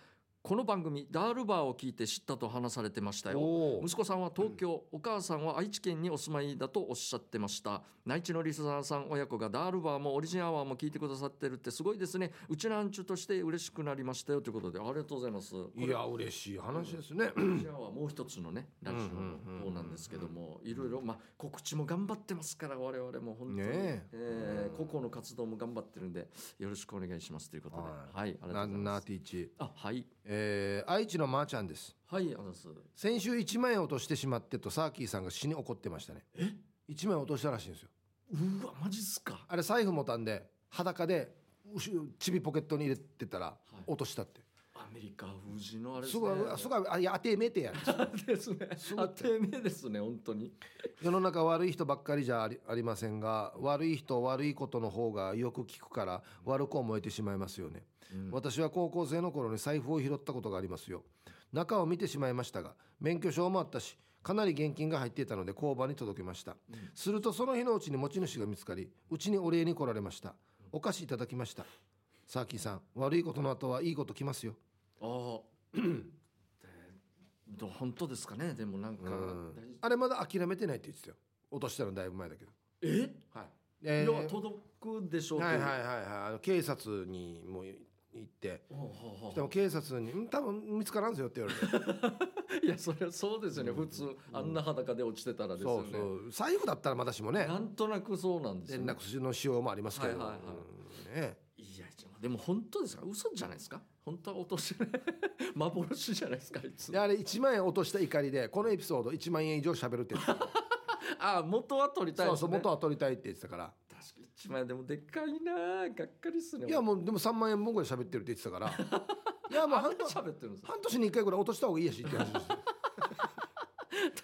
A: この番組「ダールバー」を聞いて知ったと話されてましたよ。
B: おー
A: 息子さんは東京、お母さんは愛知県にお住まいだとおっしゃってました内地のリスナーさん親子がダールバーもオリジンアワーも聞いてくださってるってすごいですねうちなんちゅとして嬉しくなりましたよということでありがとうございますこれ
B: いや嬉しい話ですね
A: オリジンアワーもう一つのねラジオの方なんですけどもいろいろまあ告知も頑張ってますから我々も本当に、
B: ねえ
A: えー
B: うん
A: 個々の活動も頑張ってるんでよろしくお願いしますということでは、
B: はい
A: ありがと
B: な
A: うございま
B: な
A: す
B: ティーチ
A: あはい
B: えー愛知のまーちゃんです
A: はいありがとうございます
B: 先週1万円落としてしまってとサーキーさんが死に怒ってましたね
A: え
B: 1万円落としたらしいんですよ
A: うわマジっすか
B: あれ財布持たんで裸でうしちびポケットに入れてたら
A: い
B: 落としたって、
A: アメリカ富士のあれですすね
B: ごいすごいあいや当てめえてや
A: (laughs) ですね
B: す。ごい
A: あ、丁寧ですね、本当に。
B: 世の中悪い人ばっかりじゃありありませんが悪い人悪いことの方がよく聞くから悪く思えてしまいますよね私は高校生の頃に財布を拾ったことがありますよ中を見てしまいましたが免許証もあったしかなり現金が入っていたので交番に届けました、
A: うん
B: するとその日のうちに持ち主が見つかりうちにお礼に来られましたお菓子いただきましたサーキーさん悪いことの後はいいこと来ますよ
A: ああ。でど本当ですかね、でもなんか。
B: うん
A: 大事
B: あれまだ諦めてないって言ってたよ落としたのだいぶ前だけど
A: え、
B: はいえー
A: 要は届くでしょうと
B: は
A: いう
B: いはいはいはいあの警察にも行って
A: ほうほうほう
B: でも警察に「ん多分見つからんすよ」って言われて
A: いや、それはそうですよね、普通、あんな裸で落ちてたらです
B: そ
A: よ
B: う
A: ね。
B: そう財布だったらまだしもね
A: なんとなくそうなんですよ
B: 連
A: ね、
B: 絡先の仕様もありますけ
A: はい
B: ど、
A: はいはい
B: うんね
A: いや、でも本当ですか、嘘じゃないですか。本当は落としてない。 (laughs) 幻じゃないですか、あいつ
B: で。あれ1万円落とした怒りでこのエピソード1万円以上喋るって言 (laughs) ってた
A: ああ、元は取りたい
B: そ
A: で
B: う
A: す、
B: そ
A: ね。
B: う元は取りたいって言ってたから
A: 確かに一枚でもでっかいなあ、がっかりっすね。
B: いやもうでも3万円分ぐらい喋ってるって言ってた (laughs) からいやもう
A: あん
B: 半
A: な
B: 年
A: 喋ってるん
B: (laughs)
A: ですか
B: 半年に1回ぐらい落とした方がいいやしって話 (laughs) です
A: 確か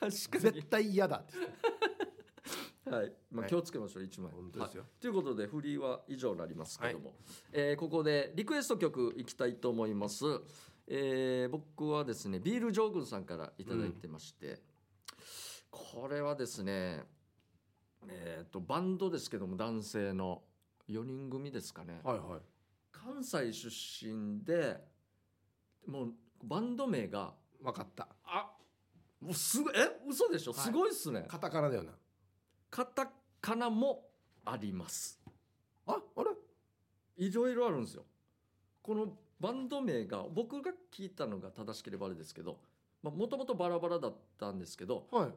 A: に
B: 絶。対嫌だって言って
A: (laughs) はい、ま
B: は
A: あ、
B: い
A: 気をつけましょう、一枚。
B: 本当ですよ
A: はいということで、フリーは以上になりますけども。えーここでリクエスト曲いきたいと思います。えー僕はですね、ビール将軍さんからいただいてまして。これはですね。えっ、と、バンドですけども、男性の4人組ですかね。
B: たはいはい
A: 関西出身で。もう、バンド名が。
B: 分かった
A: あ。もうすごい、え、嘘でしょ、
B: はい
A: すごいっすね。
B: カタカナだよな
A: カタカナもあります。
B: ああれ
A: いろいろあるんですよ。このバンド名が僕が聞いたのが正しければあれですけど、まあもともとバラバラだったんですけど、
B: はい、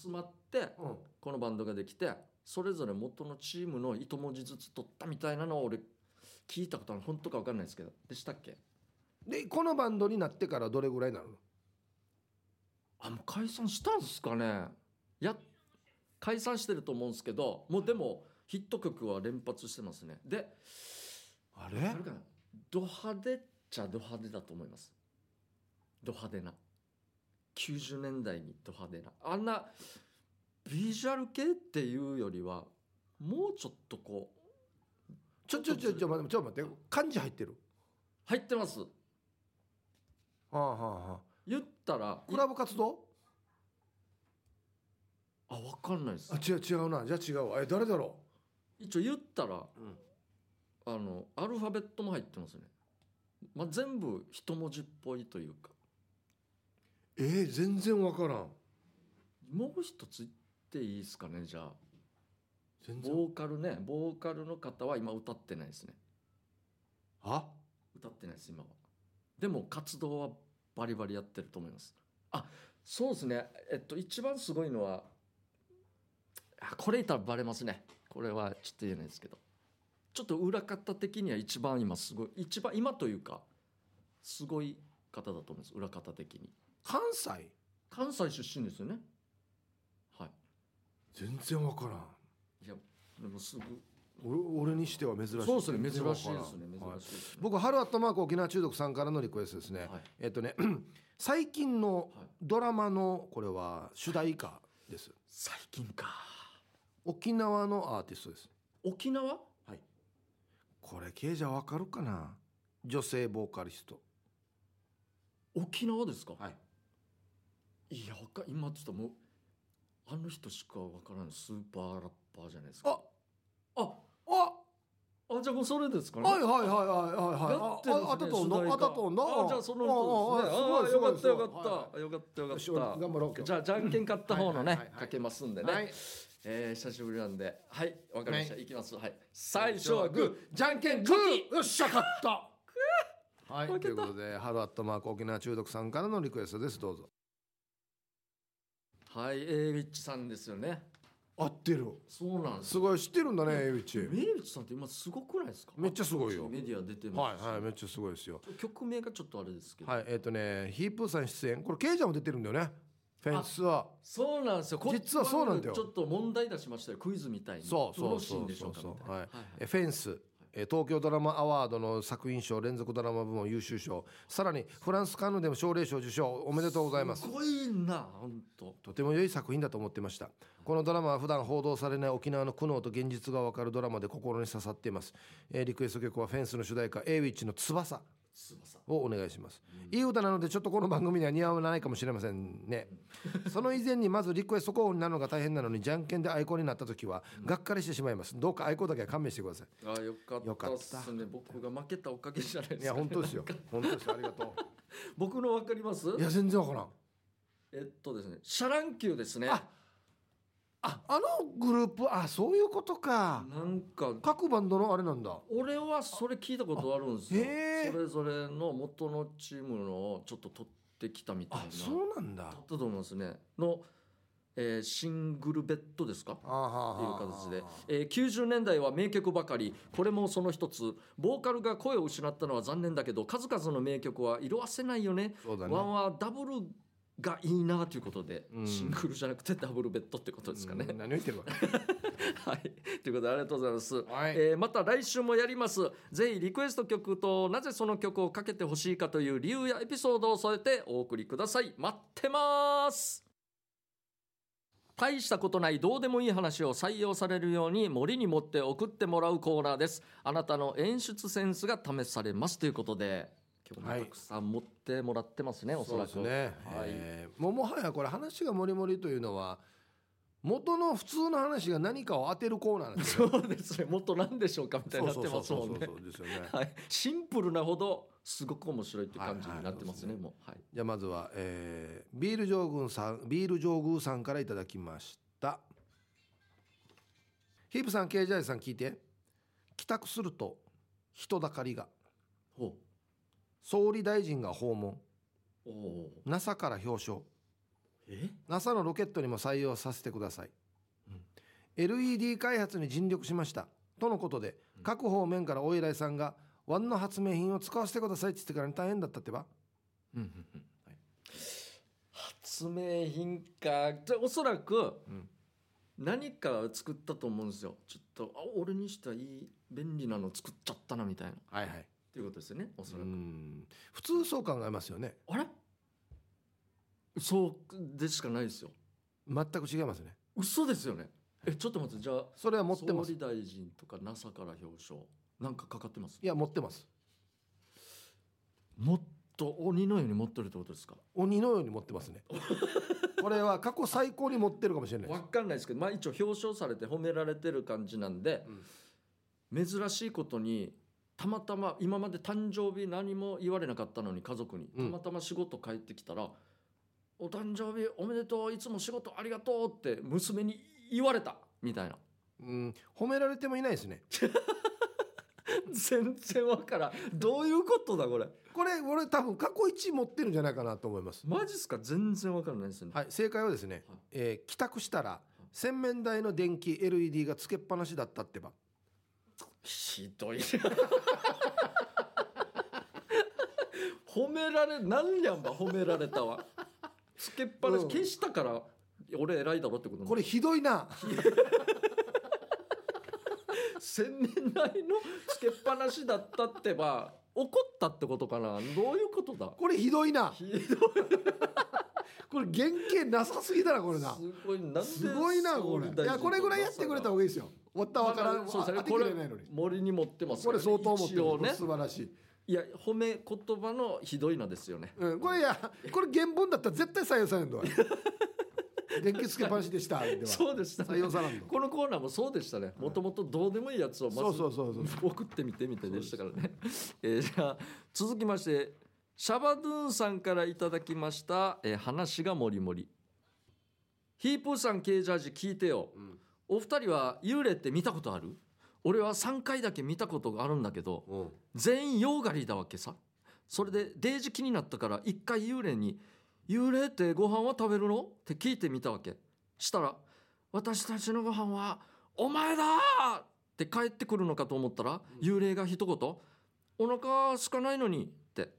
A: 集まって
B: うん、
A: このバンドができて、それぞれ元のチームの一文字ずつ取ったみたいなのを俺聞いたことある本当かわかんないですけど、でしたっけ？
B: でこのバンドになってからどれぐらいなの
A: あもう解散したんですかね。や解散してると思うんですけど、もうでもヒット曲は連発してますね。で。
B: あ
A: あれかなド派手っちゃド派手だと思いますド派手な90年代にド派手なあんなビジュアル系っていうよりはもうちょっとこう
B: ちょちょちょちょ待ってちょっと待って漢字入ってる
A: 入ってます
B: はあはあはあ
A: 言ったら
B: クラブ活動
A: あ分かんないです
B: あ違う違うなじゃあ違うわえ誰だろ
A: 一応言ったら
B: う、うん、
A: あのアルファベットも入ってますね、まあ、全部一文字っぽいというか
B: えー、全然わからん
A: もう一つ言っていいですかねじゃあ
B: 全
A: ボーカルねボーカルの方は今歌ってないですね
B: あ
A: 歌ってないです今はでも活動はバリバリやってると思いますあそうですねえっと一番すごいのはあこれ言ったらバレますねこれはちょっと言えないですけどちょっと裏方的には一番今すごい一番今というかすごい方だと思うんです裏方的に
B: 関西
A: 関西出身ですよねはい
B: 全然わからん
A: いやでもすぐ
B: 俺俺にしては珍しい
A: そうですね珍しい
B: 全然
A: で
B: わか
A: す
B: ら
A: ね
B: ん
A: 珍
B: はい
A: しいですね
B: 僕春アットマーク沖縄中毒さんからのリクエストですね、
A: はい
B: えっとね (clears throat) 最近の
A: はい
B: ドラマのこれは主題歌です
A: 最近か
B: 沖縄のアーティストです
A: 沖縄
B: これ系じゃわかるかな女性ボーカリスト
A: 沖縄ですか、
B: はい
A: い、やわか今ちょっともうあの人しかわからないスーパーラッパーじゃないですか
B: あ
A: あ
B: あ
A: あじゃあもうそれですかね
B: はいはいはいはい
A: や
B: は
A: っ
B: い
A: てるんですね
B: ああたと
A: 主
B: ん
A: 題
B: の
A: 歌
B: あたとんの
A: あじゃあその人ですねああよかったよかった、
B: は
A: よかったよ
B: い
A: か
B: よ
A: っ
B: し俺
A: た
B: 頑張ろう今日
A: じゃあじゃんけん勝った方のね、
B: はいはいはいはい
A: かけますんでね、
B: はい
A: えー、久しぶりなんではいわかりました、、
B: はい
A: きますはい最初はグーじゃんけんグー
B: よっしゃ勝ったはい
A: 負け
B: と
A: た
B: いうことでハローアットマーク沖縄中毒さんからのリクエストですどうぞ
A: はい A ビッチさんですよね
B: 合ってる
A: そうなんです
B: すごい知ってるんだねエビチ
A: A ビッチさんって今すごくないですか
B: めっちゃすごいよ
A: メディア出てま
B: は
A: す
B: いはいめっちゃすごいですよ
A: 曲名がちょっとあれですけど、
B: はいえっ、とねヒープーさん出演これケイジャンも出てるんだよねフェンスは
A: そうなんですよこ
B: 実はそうなんだよ
A: ちょっと問題出しましたよクイズみたいに
B: そうそ
A: ど
B: うそ
A: のシーン
B: う
A: でしょ
B: そうう
A: か
B: そ
A: みたいうな
B: はい
A: はい
B: えフェンスえ東京ドラマアワードの作品賞連続ドラマ部門優秀賞さらにフランスカンヌでも奨励賞受賞おめでとうございます
A: すごいな本当
B: とても良い作品だと思ってましたこのドラマは普段報道されない沖縄の苦悩と現実が分かるドラマで心に刺さっています、えーリクエスト曲はフェンスの主題歌「エイウィッチの翼
A: 翼」
B: をお願いします、いい歌なのでちょっとこの番組には似合わないかもしれませんねその以前にまずリクエスト候補になるのが大変なのにじゃんけんでアイコンになった時はがっかりしてしまいますどうかアイコンだけは勘弁してください
A: あよか
B: よ
A: っ
B: か
A: た
B: っ
A: ったすね僕が負けたおかげじゃないで
B: い
A: す
B: や
A: か
B: 本当ですよ本当ですよありがと
A: 僕のわかります
B: ういや全然わからん
A: えっとですねシャランキューですね
B: あああのグループあそういうことか
A: なんか
B: 各バンドのあれなんだ
A: 俺はそれ聞いたことあるんですよ
B: あへえ
A: それぞれの元のチームのをちょっと取ってきたみたい
B: あ
A: な
B: そうなんだ
A: だったと思いますねの、えーシングルベッドですか
B: あは
A: という形で
B: は、
A: えー90年代は名曲ばかりこれもその一つボーカルが声を失ったのは残念だけど数々の名曲は色あせないよね
B: そうだ
A: ワ
B: ね
A: ンはダブルがいいなということで、
B: うん
A: シングルじゃなくてダブルベッドってことですかね。
B: うん何を言ってるわ
A: (laughs) はい、ということでありがとうございます。
B: はい
A: えーまた来週もやります。ぜひリクエスト曲となぜその曲をかけてほしいかという理由やエピソードを添えてお送りください。待ってます。大したことないどうでもいい話を採用されるように森に持って送ってもらうコーナーです。あなたの演出センスが試されますということで、今日もたくさん持ってもらってますね、おそ
B: そう
A: ら
B: で
A: く。
B: すね、
A: はい
B: えーもうもはやこれ話がもりもりというのは元の普通の話が何かを当てるコーナーなんですよ
A: そうですね。もっと何でしょうかみたいになってますもん
B: そうそうそう
A: ね
B: そう。そうですよね
A: はい、シンプルなほどすごく面白いという感じになってますね。
B: はい
A: もう、はい、
B: じゃあまずは、えービール上軍さんビール上宮さんからいただきましたヒープさんケイジャイさん聞いて帰宅すると人だかりが
A: ほ
B: 総理大臣が訪問
A: う、おおー、
B: NASA から表彰
A: え、
B: NASA のロケットにも採用させてください、
A: うん
B: LED 開発に尽力しましたとのことで
A: うん
B: 各方面からお依頼さんが「ワンの発明品を使わせてください」って言ってからに大変だったってば
A: うんうんうん、はい。発明品か、でおそらく
B: うん
A: 何か作ったと思うんですよ。ちょっとあ、俺にしてはいい便利なの作っちゃったなみたいな。
B: はいはい
A: ということですよね。おそらく。
B: ん普通そう考えますよね
A: あれ、そうでしかないですよ。
B: 全く違いますね
A: 嘘ですよね。え、ちょっと待って、じゃあ
B: それは持ってます
A: 総
B: い
A: 理大臣とか NASA から表彰、なんかかかってます。
B: や持ってます
A: もっと鬼のように持ってるってことですか
B: 鬼のように持って (laughs) ますねこれは過去最高に持ってるかもしれないで
A: わ
B: す
A: かんないですけど、まあ、一応表彰されて褒められてる感じなんで、珍しいことにたまたま今まで誕生日何も言われなかったのに家族にた
B: うん
A: またま仕事帰ってきたら「お誕生日おめでとういつも仕事ありがとう」って娘に言われたみたいな
B: (laughs) うん褒められてもいないですね
A: 全然わからんどういうことだこれ
B: これ俺多分過去1持ってるんじゃないかなと思います
A: マジっすか全然わからないですね、
B: はい、正解はですね、
A: はい
B: えー帰宅したら洗面台の電気 LED がつけっぱなしだったってば
A: ひどい褒められなんやんば褒められたわつけっぱなし、
B: うん
A: 消したから俺偉いだろってこと
B: これひどいな
A: 千年来のつけっぱなしだったってば怒ったってことかなどういうことだ
B: これひどいな
A: ひどい
B: これ原型なさすぎだなこれな
A: すごいなんです
B: ごいなこ
A: 総理大臣と
B: れいやこれぐらいやってくれた方がいいですよ終わったわからん
A: そうですね
B: あ当て
A: こ
B: き
A: れ
B: れないのに
A: 森に持ってます
B: こ
A: から
B: れ
A: ね
B: 相当思って
A: 一応ね
B: る素晴らしい
A: いや褒め言葉のひどいのですよね
B: うん、これいやこれ原文だったら絶対採用されんの (laughs) 電気つけっぱなしでしたでは
A: そうでした
B: 採
A: ね
B: 用されんの
A: このコーナーもそうでしたねもともとどうでもいいやつを
B: そ
A: ま
B: う
A: ず
B: そうそうそう
A: 送ってみてみたいでしたからね、えーじゃあ続きましてシャバドゥーンさんからいただきました、えー話がもりもりヒープーさんケージャージ聞いてよ
B: うん
A: お二人は幽霊って見たことある俺は3回だけ見たことがあるんだけど
B: うん
A: 全員ヨーガリーだわけさそれでデイジ気になったから一回幽霊に「幽霊ってご飯は食べるの?」って聞いてみたわけしたら「私たちのご飯はお前だ!」って帰ってくるのかと思ったら
B: うん
A: 幽霊が一言「お腹空かないのに」って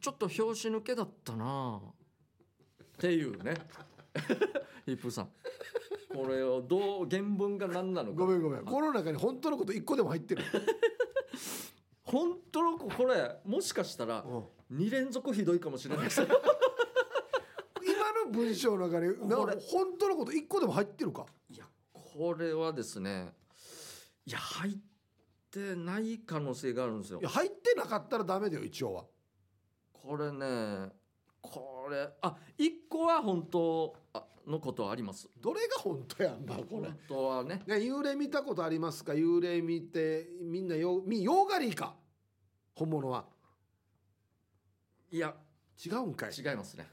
A: ちょっと拍子抜けだったなあっていうね (laughs) ヒップーさんこれをどう原文が何なのか
B: ごめんごめんこの中に本当のこと一個でも入ってる、
A: 本当のこれもしかしたら
B: うん
A: 2連続ひどいかもしれないです
B: 今の文章の中にな
A: これ
B: 本当のこと一個でも入ってるか
A: いやこれはですねいや入ってない可能性があるんですよ
B: いや入ってなかったらダメだよ一応は
A: これねこれあ一個は本当あのことはあります
B: どれが本当やんなこれ
A: 本当はね
B: ね、幽霊見たことありますか幽霊見てみんなよみヨーガリーか本物はい
A: や
B: 違うんかい
A: 違いますね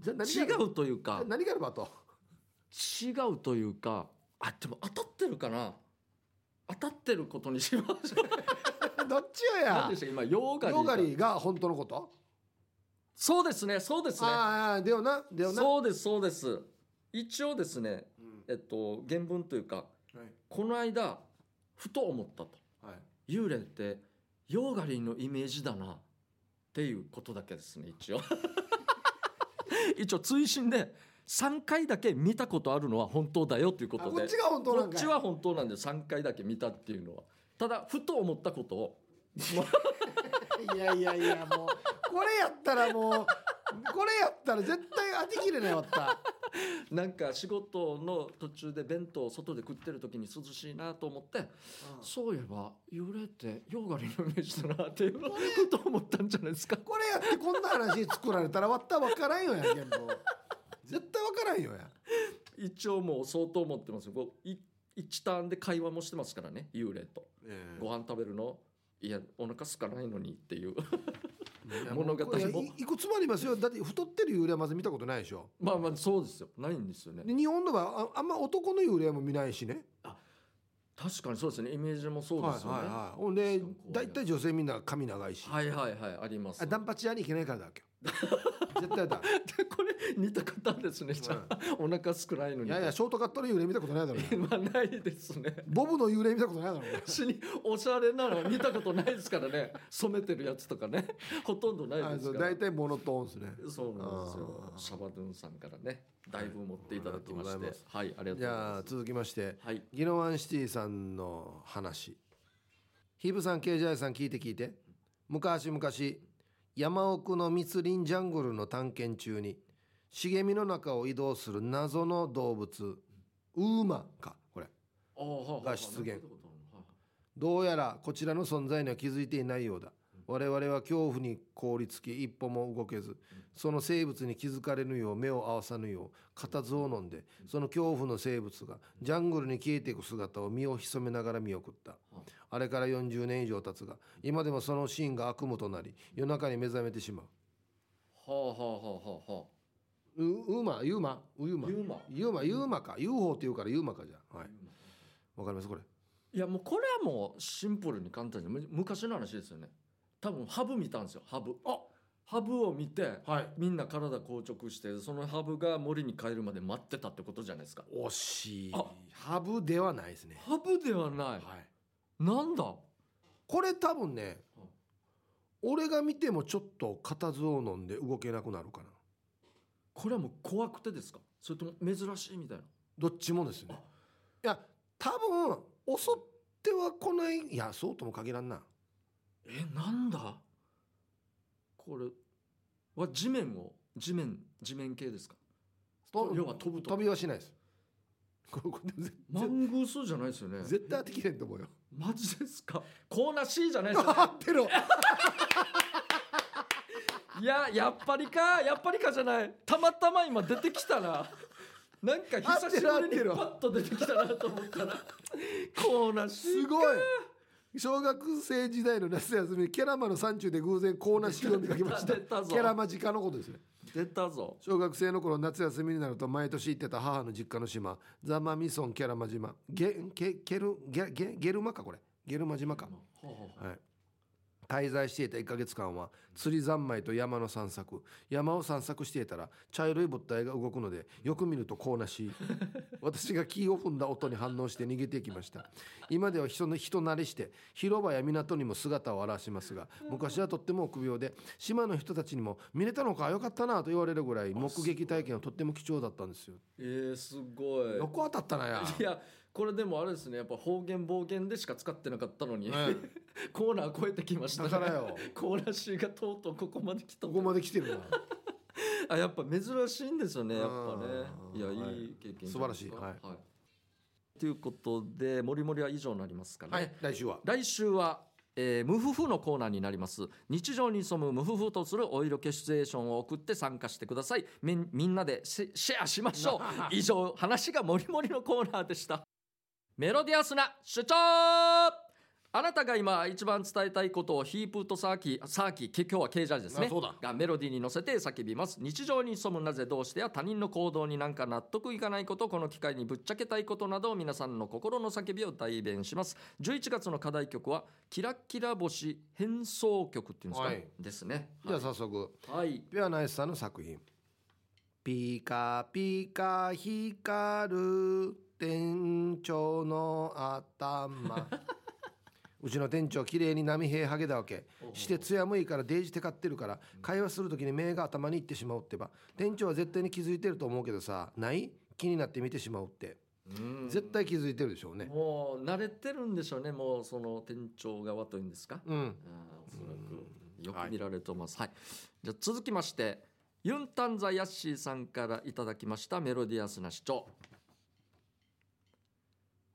B: じゃあ
A: 違
B: がある
A: うというか
B: 何があればと (laughs)
A: 違うというかあでも当たってるかな当たってることにしましょう
B: どっちやや
A: 何でした今ヨーガリー
B: ヨーガリ
A: ー
B: ーが本当のこと
A: そうですねそうですね
B: ああだよなだよな
A: そうですそうです一応ですね
B: うん
A: えっと原文というか
B: はい
A: この間ふと思ったと
B: はい
A: 幽霊ってヨーガリンのイメージだなっていうことだけですね一
B: (laughs)
A: 応一応追伸で3回だけ見たことあるのは本当だよというこ
B: あ
A: と
B: こっ
A: で
B: ちが本当な
A: こ
B: ん
A: っ
B: か
A: ち
B: い
A: は本当なんで3回だけ見たっていうのはただふと思ったことを
B: いやいやいやもうこれやったらもうこれやったら絶対当てきれないわった
A: なんか仕事の途中で弁当を外で食ってる時に涼しいなと思ってそういえば幽霊ってヨーガリンのイメージだなっていうのをふと思ったんじゃないですか
B: これやってこんな話作られたらわったわから
A: (laughs)
B: んよやけんもう絶対わからんよや
A: 一応もう相当持ってますよこうい一ターンで会話もしてますからね幽霊とご飯食べるのいやお腹空かないのにっていう (laughs) 物語も
B: いやいいくつもありますよだって太ってる幽霊はまず見たことないでしょ
A: まあまあそうですよないんですよね
B: で日本の場合ああんま男の幽霊も見ないしね
A: 確かにそうですねイメージもそうですよね
B: はいはい
A: は
B: はいほんで
A: そうこう
B: 大体女性みんな髪長いし、
A: いはいはい、あります
B: あ
A: (laughs)
B: ダンパチ屋に行けないからだっけ (laughs) 絶対だ、
A: これ似た方ですねじゃあ、お腹少ないの
B: うん
A: に
B: いやいやショートカットの幽霊見たことないだろう
A: (laughs)
B: な
A: まあないですね
B: ボブの幽霊見たことないだろうな
A: 別におしゃれなの見たことないですからね染めてるやつとかねほとんどない
B: あ
A: です
B: そう
A: から
B: 大体モノトーンですね
A: そうなんですよ
B: あー
A: シャバドゥンさんからねだいぶ持っていただきまし
B: はい
A: てはいありがとうご
B: じ
A: ざい
B: ゃ
A: ま
B: あ
A: す
B: 続きまして
A: はい
B: ギノワンシティさんの話ヒブさんケイジャイさん聞いて聞いて昔々山奥の密林ジャングルの探検中に茂みの中を移動する謎の動物ウーマかこれ
A: あーはあはあ
B: が出現
A: なんてことなのはい
B: どうやらこちらの存在には気づいていないようだ我々は恐怖に凍りつき一歩も動けずその生物に気づかれぬよう目を合わさぬよう固唾を飲んでその恐怖の生物がジャングルに消えていく姿を身を潜めながら見送ったあれから40年以上経つが今でもそのシーンが悪夢となり夜中に目覚めてしまう
A: はあはあはあはあは
B: うウーマユーマウユーマ
A: ユーマ
B: ユーマユーマか UFO って言うからユーマかじゃはいわかりますこれ
A: いやもうこれはもうシンプルに簡単にむ昔の話ですよね多分ハブ見たんですよハブあハブを見て
B: はい
A: みんな体硬直してそのハブが森に帰るまで待ってたってことじゃないですか
B: 惜しい
A: あ
B: ハブではないですね
A: ハブではない
B: はい
A: なんだ
B: これ多分ね
A: うん
B: 俺が見てもちょっと固唾を飲んで動けなくなるかな
A: これはもう怖くてですかそれとも珍しいみたいな
B: どっちもですね
A: あ
B: いや多分襲っては来ないいやそうとも限らんな
A: えなんだこれは地面を地面地面系ですか
B: と
A: 要は飛ぶと
B: 飛びはしないですこれこれ絶
A: マングースじゃないですよね
B: 絶対当てきれんと思うよ
A: マジですかコーナー C じゃないですよね
B: (laughs) 合ってる
A: いややっぱりかやっぱりかじゃないたまたま今出てきたななんか久しぶりにパッと出てきたなと思
B: (laughs)
A: ったらコーナー C
B: すごい小学生時代の夏休みにキャラマの山中で偶然コーナー式を見かけまし
A: (laughs)
B: た
A: 出たぞ
B: キャラマ実家のことですね
A: 出たぞ
B: 小学生の頃夏休みになると毎年行ってた母の実家の島ザマミソンキャラマ島ゲゲゲルゲゲゲルマかこれゲルマ島か、
A: ほうほうほう
B: はい、滞在していた1ヶ月間は釣り三昧と山の散策山を散策していたら茶色い物体が動くのでよく見るとこうなし (laughs) 私が木を踏んだ音に反応して逃げていきました今では人の人慣れして広場や港にも姿を現しますが昔はとっても臆病で島の人たちにも「見れたのかよかったな」と言われるぐらい目撃体験はとっても貴重だったんですよ
A: えー、すごい
B: よく当たったなや
A: いやこれでもあれですねやっぱ方言暴言でしか使ってなかったのに、
B: ね
A: コーナー超えてきました
B: だから (laughs) よ
A: コーナー C がとうとうここまで来た
B: ここまで来てるな
A: あやっぱ珍しいんですよねやっぱね
B: うん
A: いや
B: はい
A: いい経験
B: 素晴らし
A: じ
B: い
A: ゃ
B: は
A: ないですかということで「もりもり」は以上になりますかね、
B: はい来週は
A: 来週は、えー無夫婦のコーナーになります日常に潜む無夫婦とするお色気シチュエーションを送って参加してくださいみんみんなでシシェアしましょう (laughs) 以上話がもりもりのコーナーでしたメロディアスな主張あなたが今一番伝えたいことをヒープーとサーキーサーキー今日は K ジャージですね
B: あそうだ
A: がメロディーに乗せて叫びます日常に潜むなぜどうしてや他人の行動になんか納得いかないことこの機会にぶっちゃけたいことなど皆さんの心の叫びを代弁します11月の課題曲は「キラキラ星変奏曲」っていうんですか、
B: はい
A: ですね
B: じゃあ早速
A: はい
B: ピュアナイスさんの作品「ピカピカ光る店長の
A: (laughs)
B: 頭」うちの店長綺麗に波平ハゲだわけして艶もいいからデージテカってるから会話する時に目が頭にいってしまうってば店長は絶対に気づいてると思うけどさない気になって見てしまうって
A: うん
B: 絶対気づいてるでしょうね
A: もう慣れてるんでしょうねもうその店長側というんですか
B: うん
A: あーおそらくよく見られると思います。はい、じゃあ続きましてユンタンザヤッシーさんからいただきましたメロディアスな主張。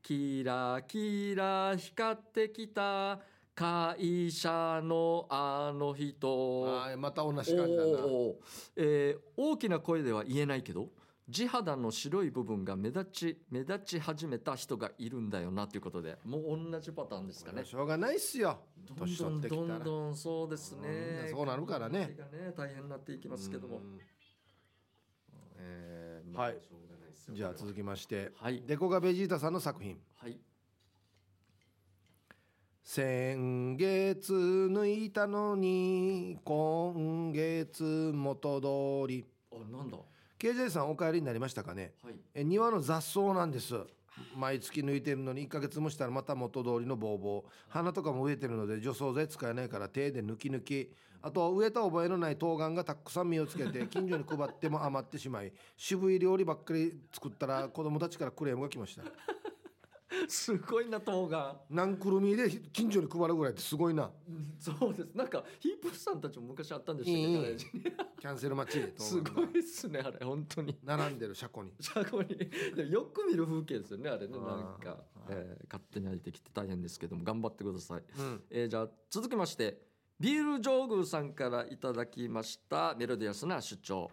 A: キラキラ光ってきた会社のあの人。
B: あーまた同
A: お
B: じ感じだな
A: ーえー大きな声では言えないけど地肌の白い部分が目立ち目立ち始めた人がいるんだよなということでもう同じパターンですかね
B: しょうがないっすよ
A: どん
B: 年
A: ど
B: 取っ
A: ん
B: てきた
A: ど
B: ら
A: んどんそうです
B: う
A: ね
B: ん。そうなるからね
A: 体がね大変になっていきますけども
B: う。ん
A: えー
B: はい
A: しょうがないですよ
B: じゃあ続きまして
A: はい
B: デコがベジータさんの作品
A: はい。
B: 先月抜いたのに今月元通り
A: あなんだ。は
B: KJ さんお帰りになりましたかね
A: い。
B: え庭の雑草なんです毎月抜いてるのに1ヶ月もしたらまた元通りのボーボー花とかも植えてるので除草剤使えないから手で抜き抜きあと植えた覚えのない冬瓜がたくさん実をつけ
A: (laughs)
B: て近所に配っても余ってしまい渋い料理ばっかり作ったら子供たちからクレームが来ました
A: すごいな動画。
B: 何くるみで近所に配るぐらいってすごいな
A: そうです。なんかヒープさんたちも昔あったんでした
B: いい
A: っけどね。
B: キャンセル待ち
A: すごいですねあれ本当に。
B: 並んでる車庫に
A: 車庫に (laughs) でよく見る風景ですよねあれね
B: あー
A: なんか、
B: は
A: えー勝手に入ってきて大変ですけども頑張ってください。
B: うん
A: えーじゃあ続きましてビール上宮さんからいただきましたメロディアスな主張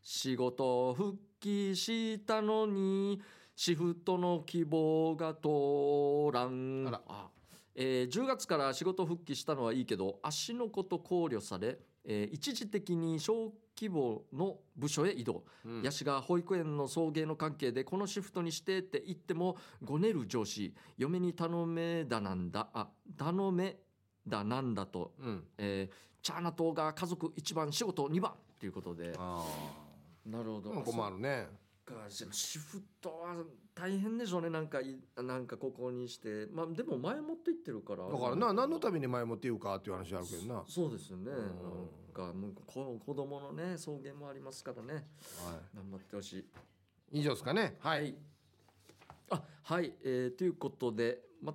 A: 仕事復帰したのにシフトの希望が通らん
B: あら
A: えー10月から仕事復帰したのはいいけど足のこと考慮され、えー一時的に小規模の部署へ移動
B: うん
A: ヤシが保育園の送迎の関係でこのシフトにしてって言ってもごねる上司嫁に頼めだなんだあ頼めだなんだと、
B: うん
A: えー、チャーナ島が家族一番仕事二番ということで
B: あ
A: なるほ
B: あ
A: ど
B: 困るね
A: かでもシフトは大変でしょうねなんかいなんかここにしてまあでも前もって行ってるから
B: だからな何のために前もって言うかっていう話あるけどな、は
A: そうですよね、
B: うん
A: なんかもうこ子供のね送迎もありますからね頑張ってほしい
B: い、以上ですかねはい、
A: あはい、えーということでま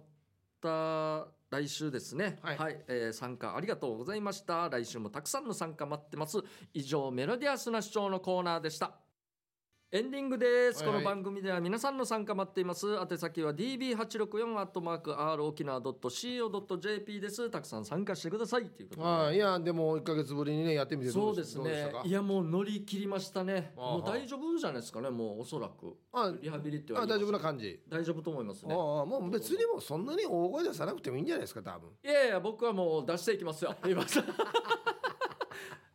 A: た来週ですね
B: はい
A: えー参加ありがとうございました来週もたくさんの参加待ってます以上メロディアスな主張のコーナーでしたエンディングです、
B: はいはい
A: この番組では皆さんの参加待っています宛先は db864 アットマーク r 沖縄 .co.jp ですたくさん参加してくださいということで
B: はい、いやでも1か月ぶりにねやってみてど
A: そうう
B: で
A: ですす
B: どうでし
A: ね
B: たか
A: いやもう乗り切りましたね
B: あーはー
A: もう大丈夫じゃないですかねもうおそらく
B: あ
A: リハビリっては
B: あ大丈夫な
A: か
B: 感じ、
A: 大丈夫と思います
B: ああ
A: ね
B: もう別にもうそんなに大声出さなくてもいいんじゃないですか多分
A: いやいや僕はもう出していき
B: (laughs)
A: ますよ今さ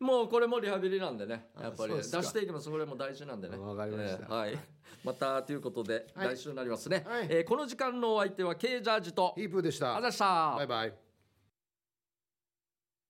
A: もうこれもリハビリなんでねやっぱり出
B: あそうですか
A: していきますこれも大事なんでね
B: わかりました
A: えー
B: (laughs)
A: はいまたということで
B: はい
A: 来週になりますね、
B: はい
A: えーこの時間のお相手は K ジャージと
B: ヒープーでし
A: あ
B: た
A: ざした
B: バイバイ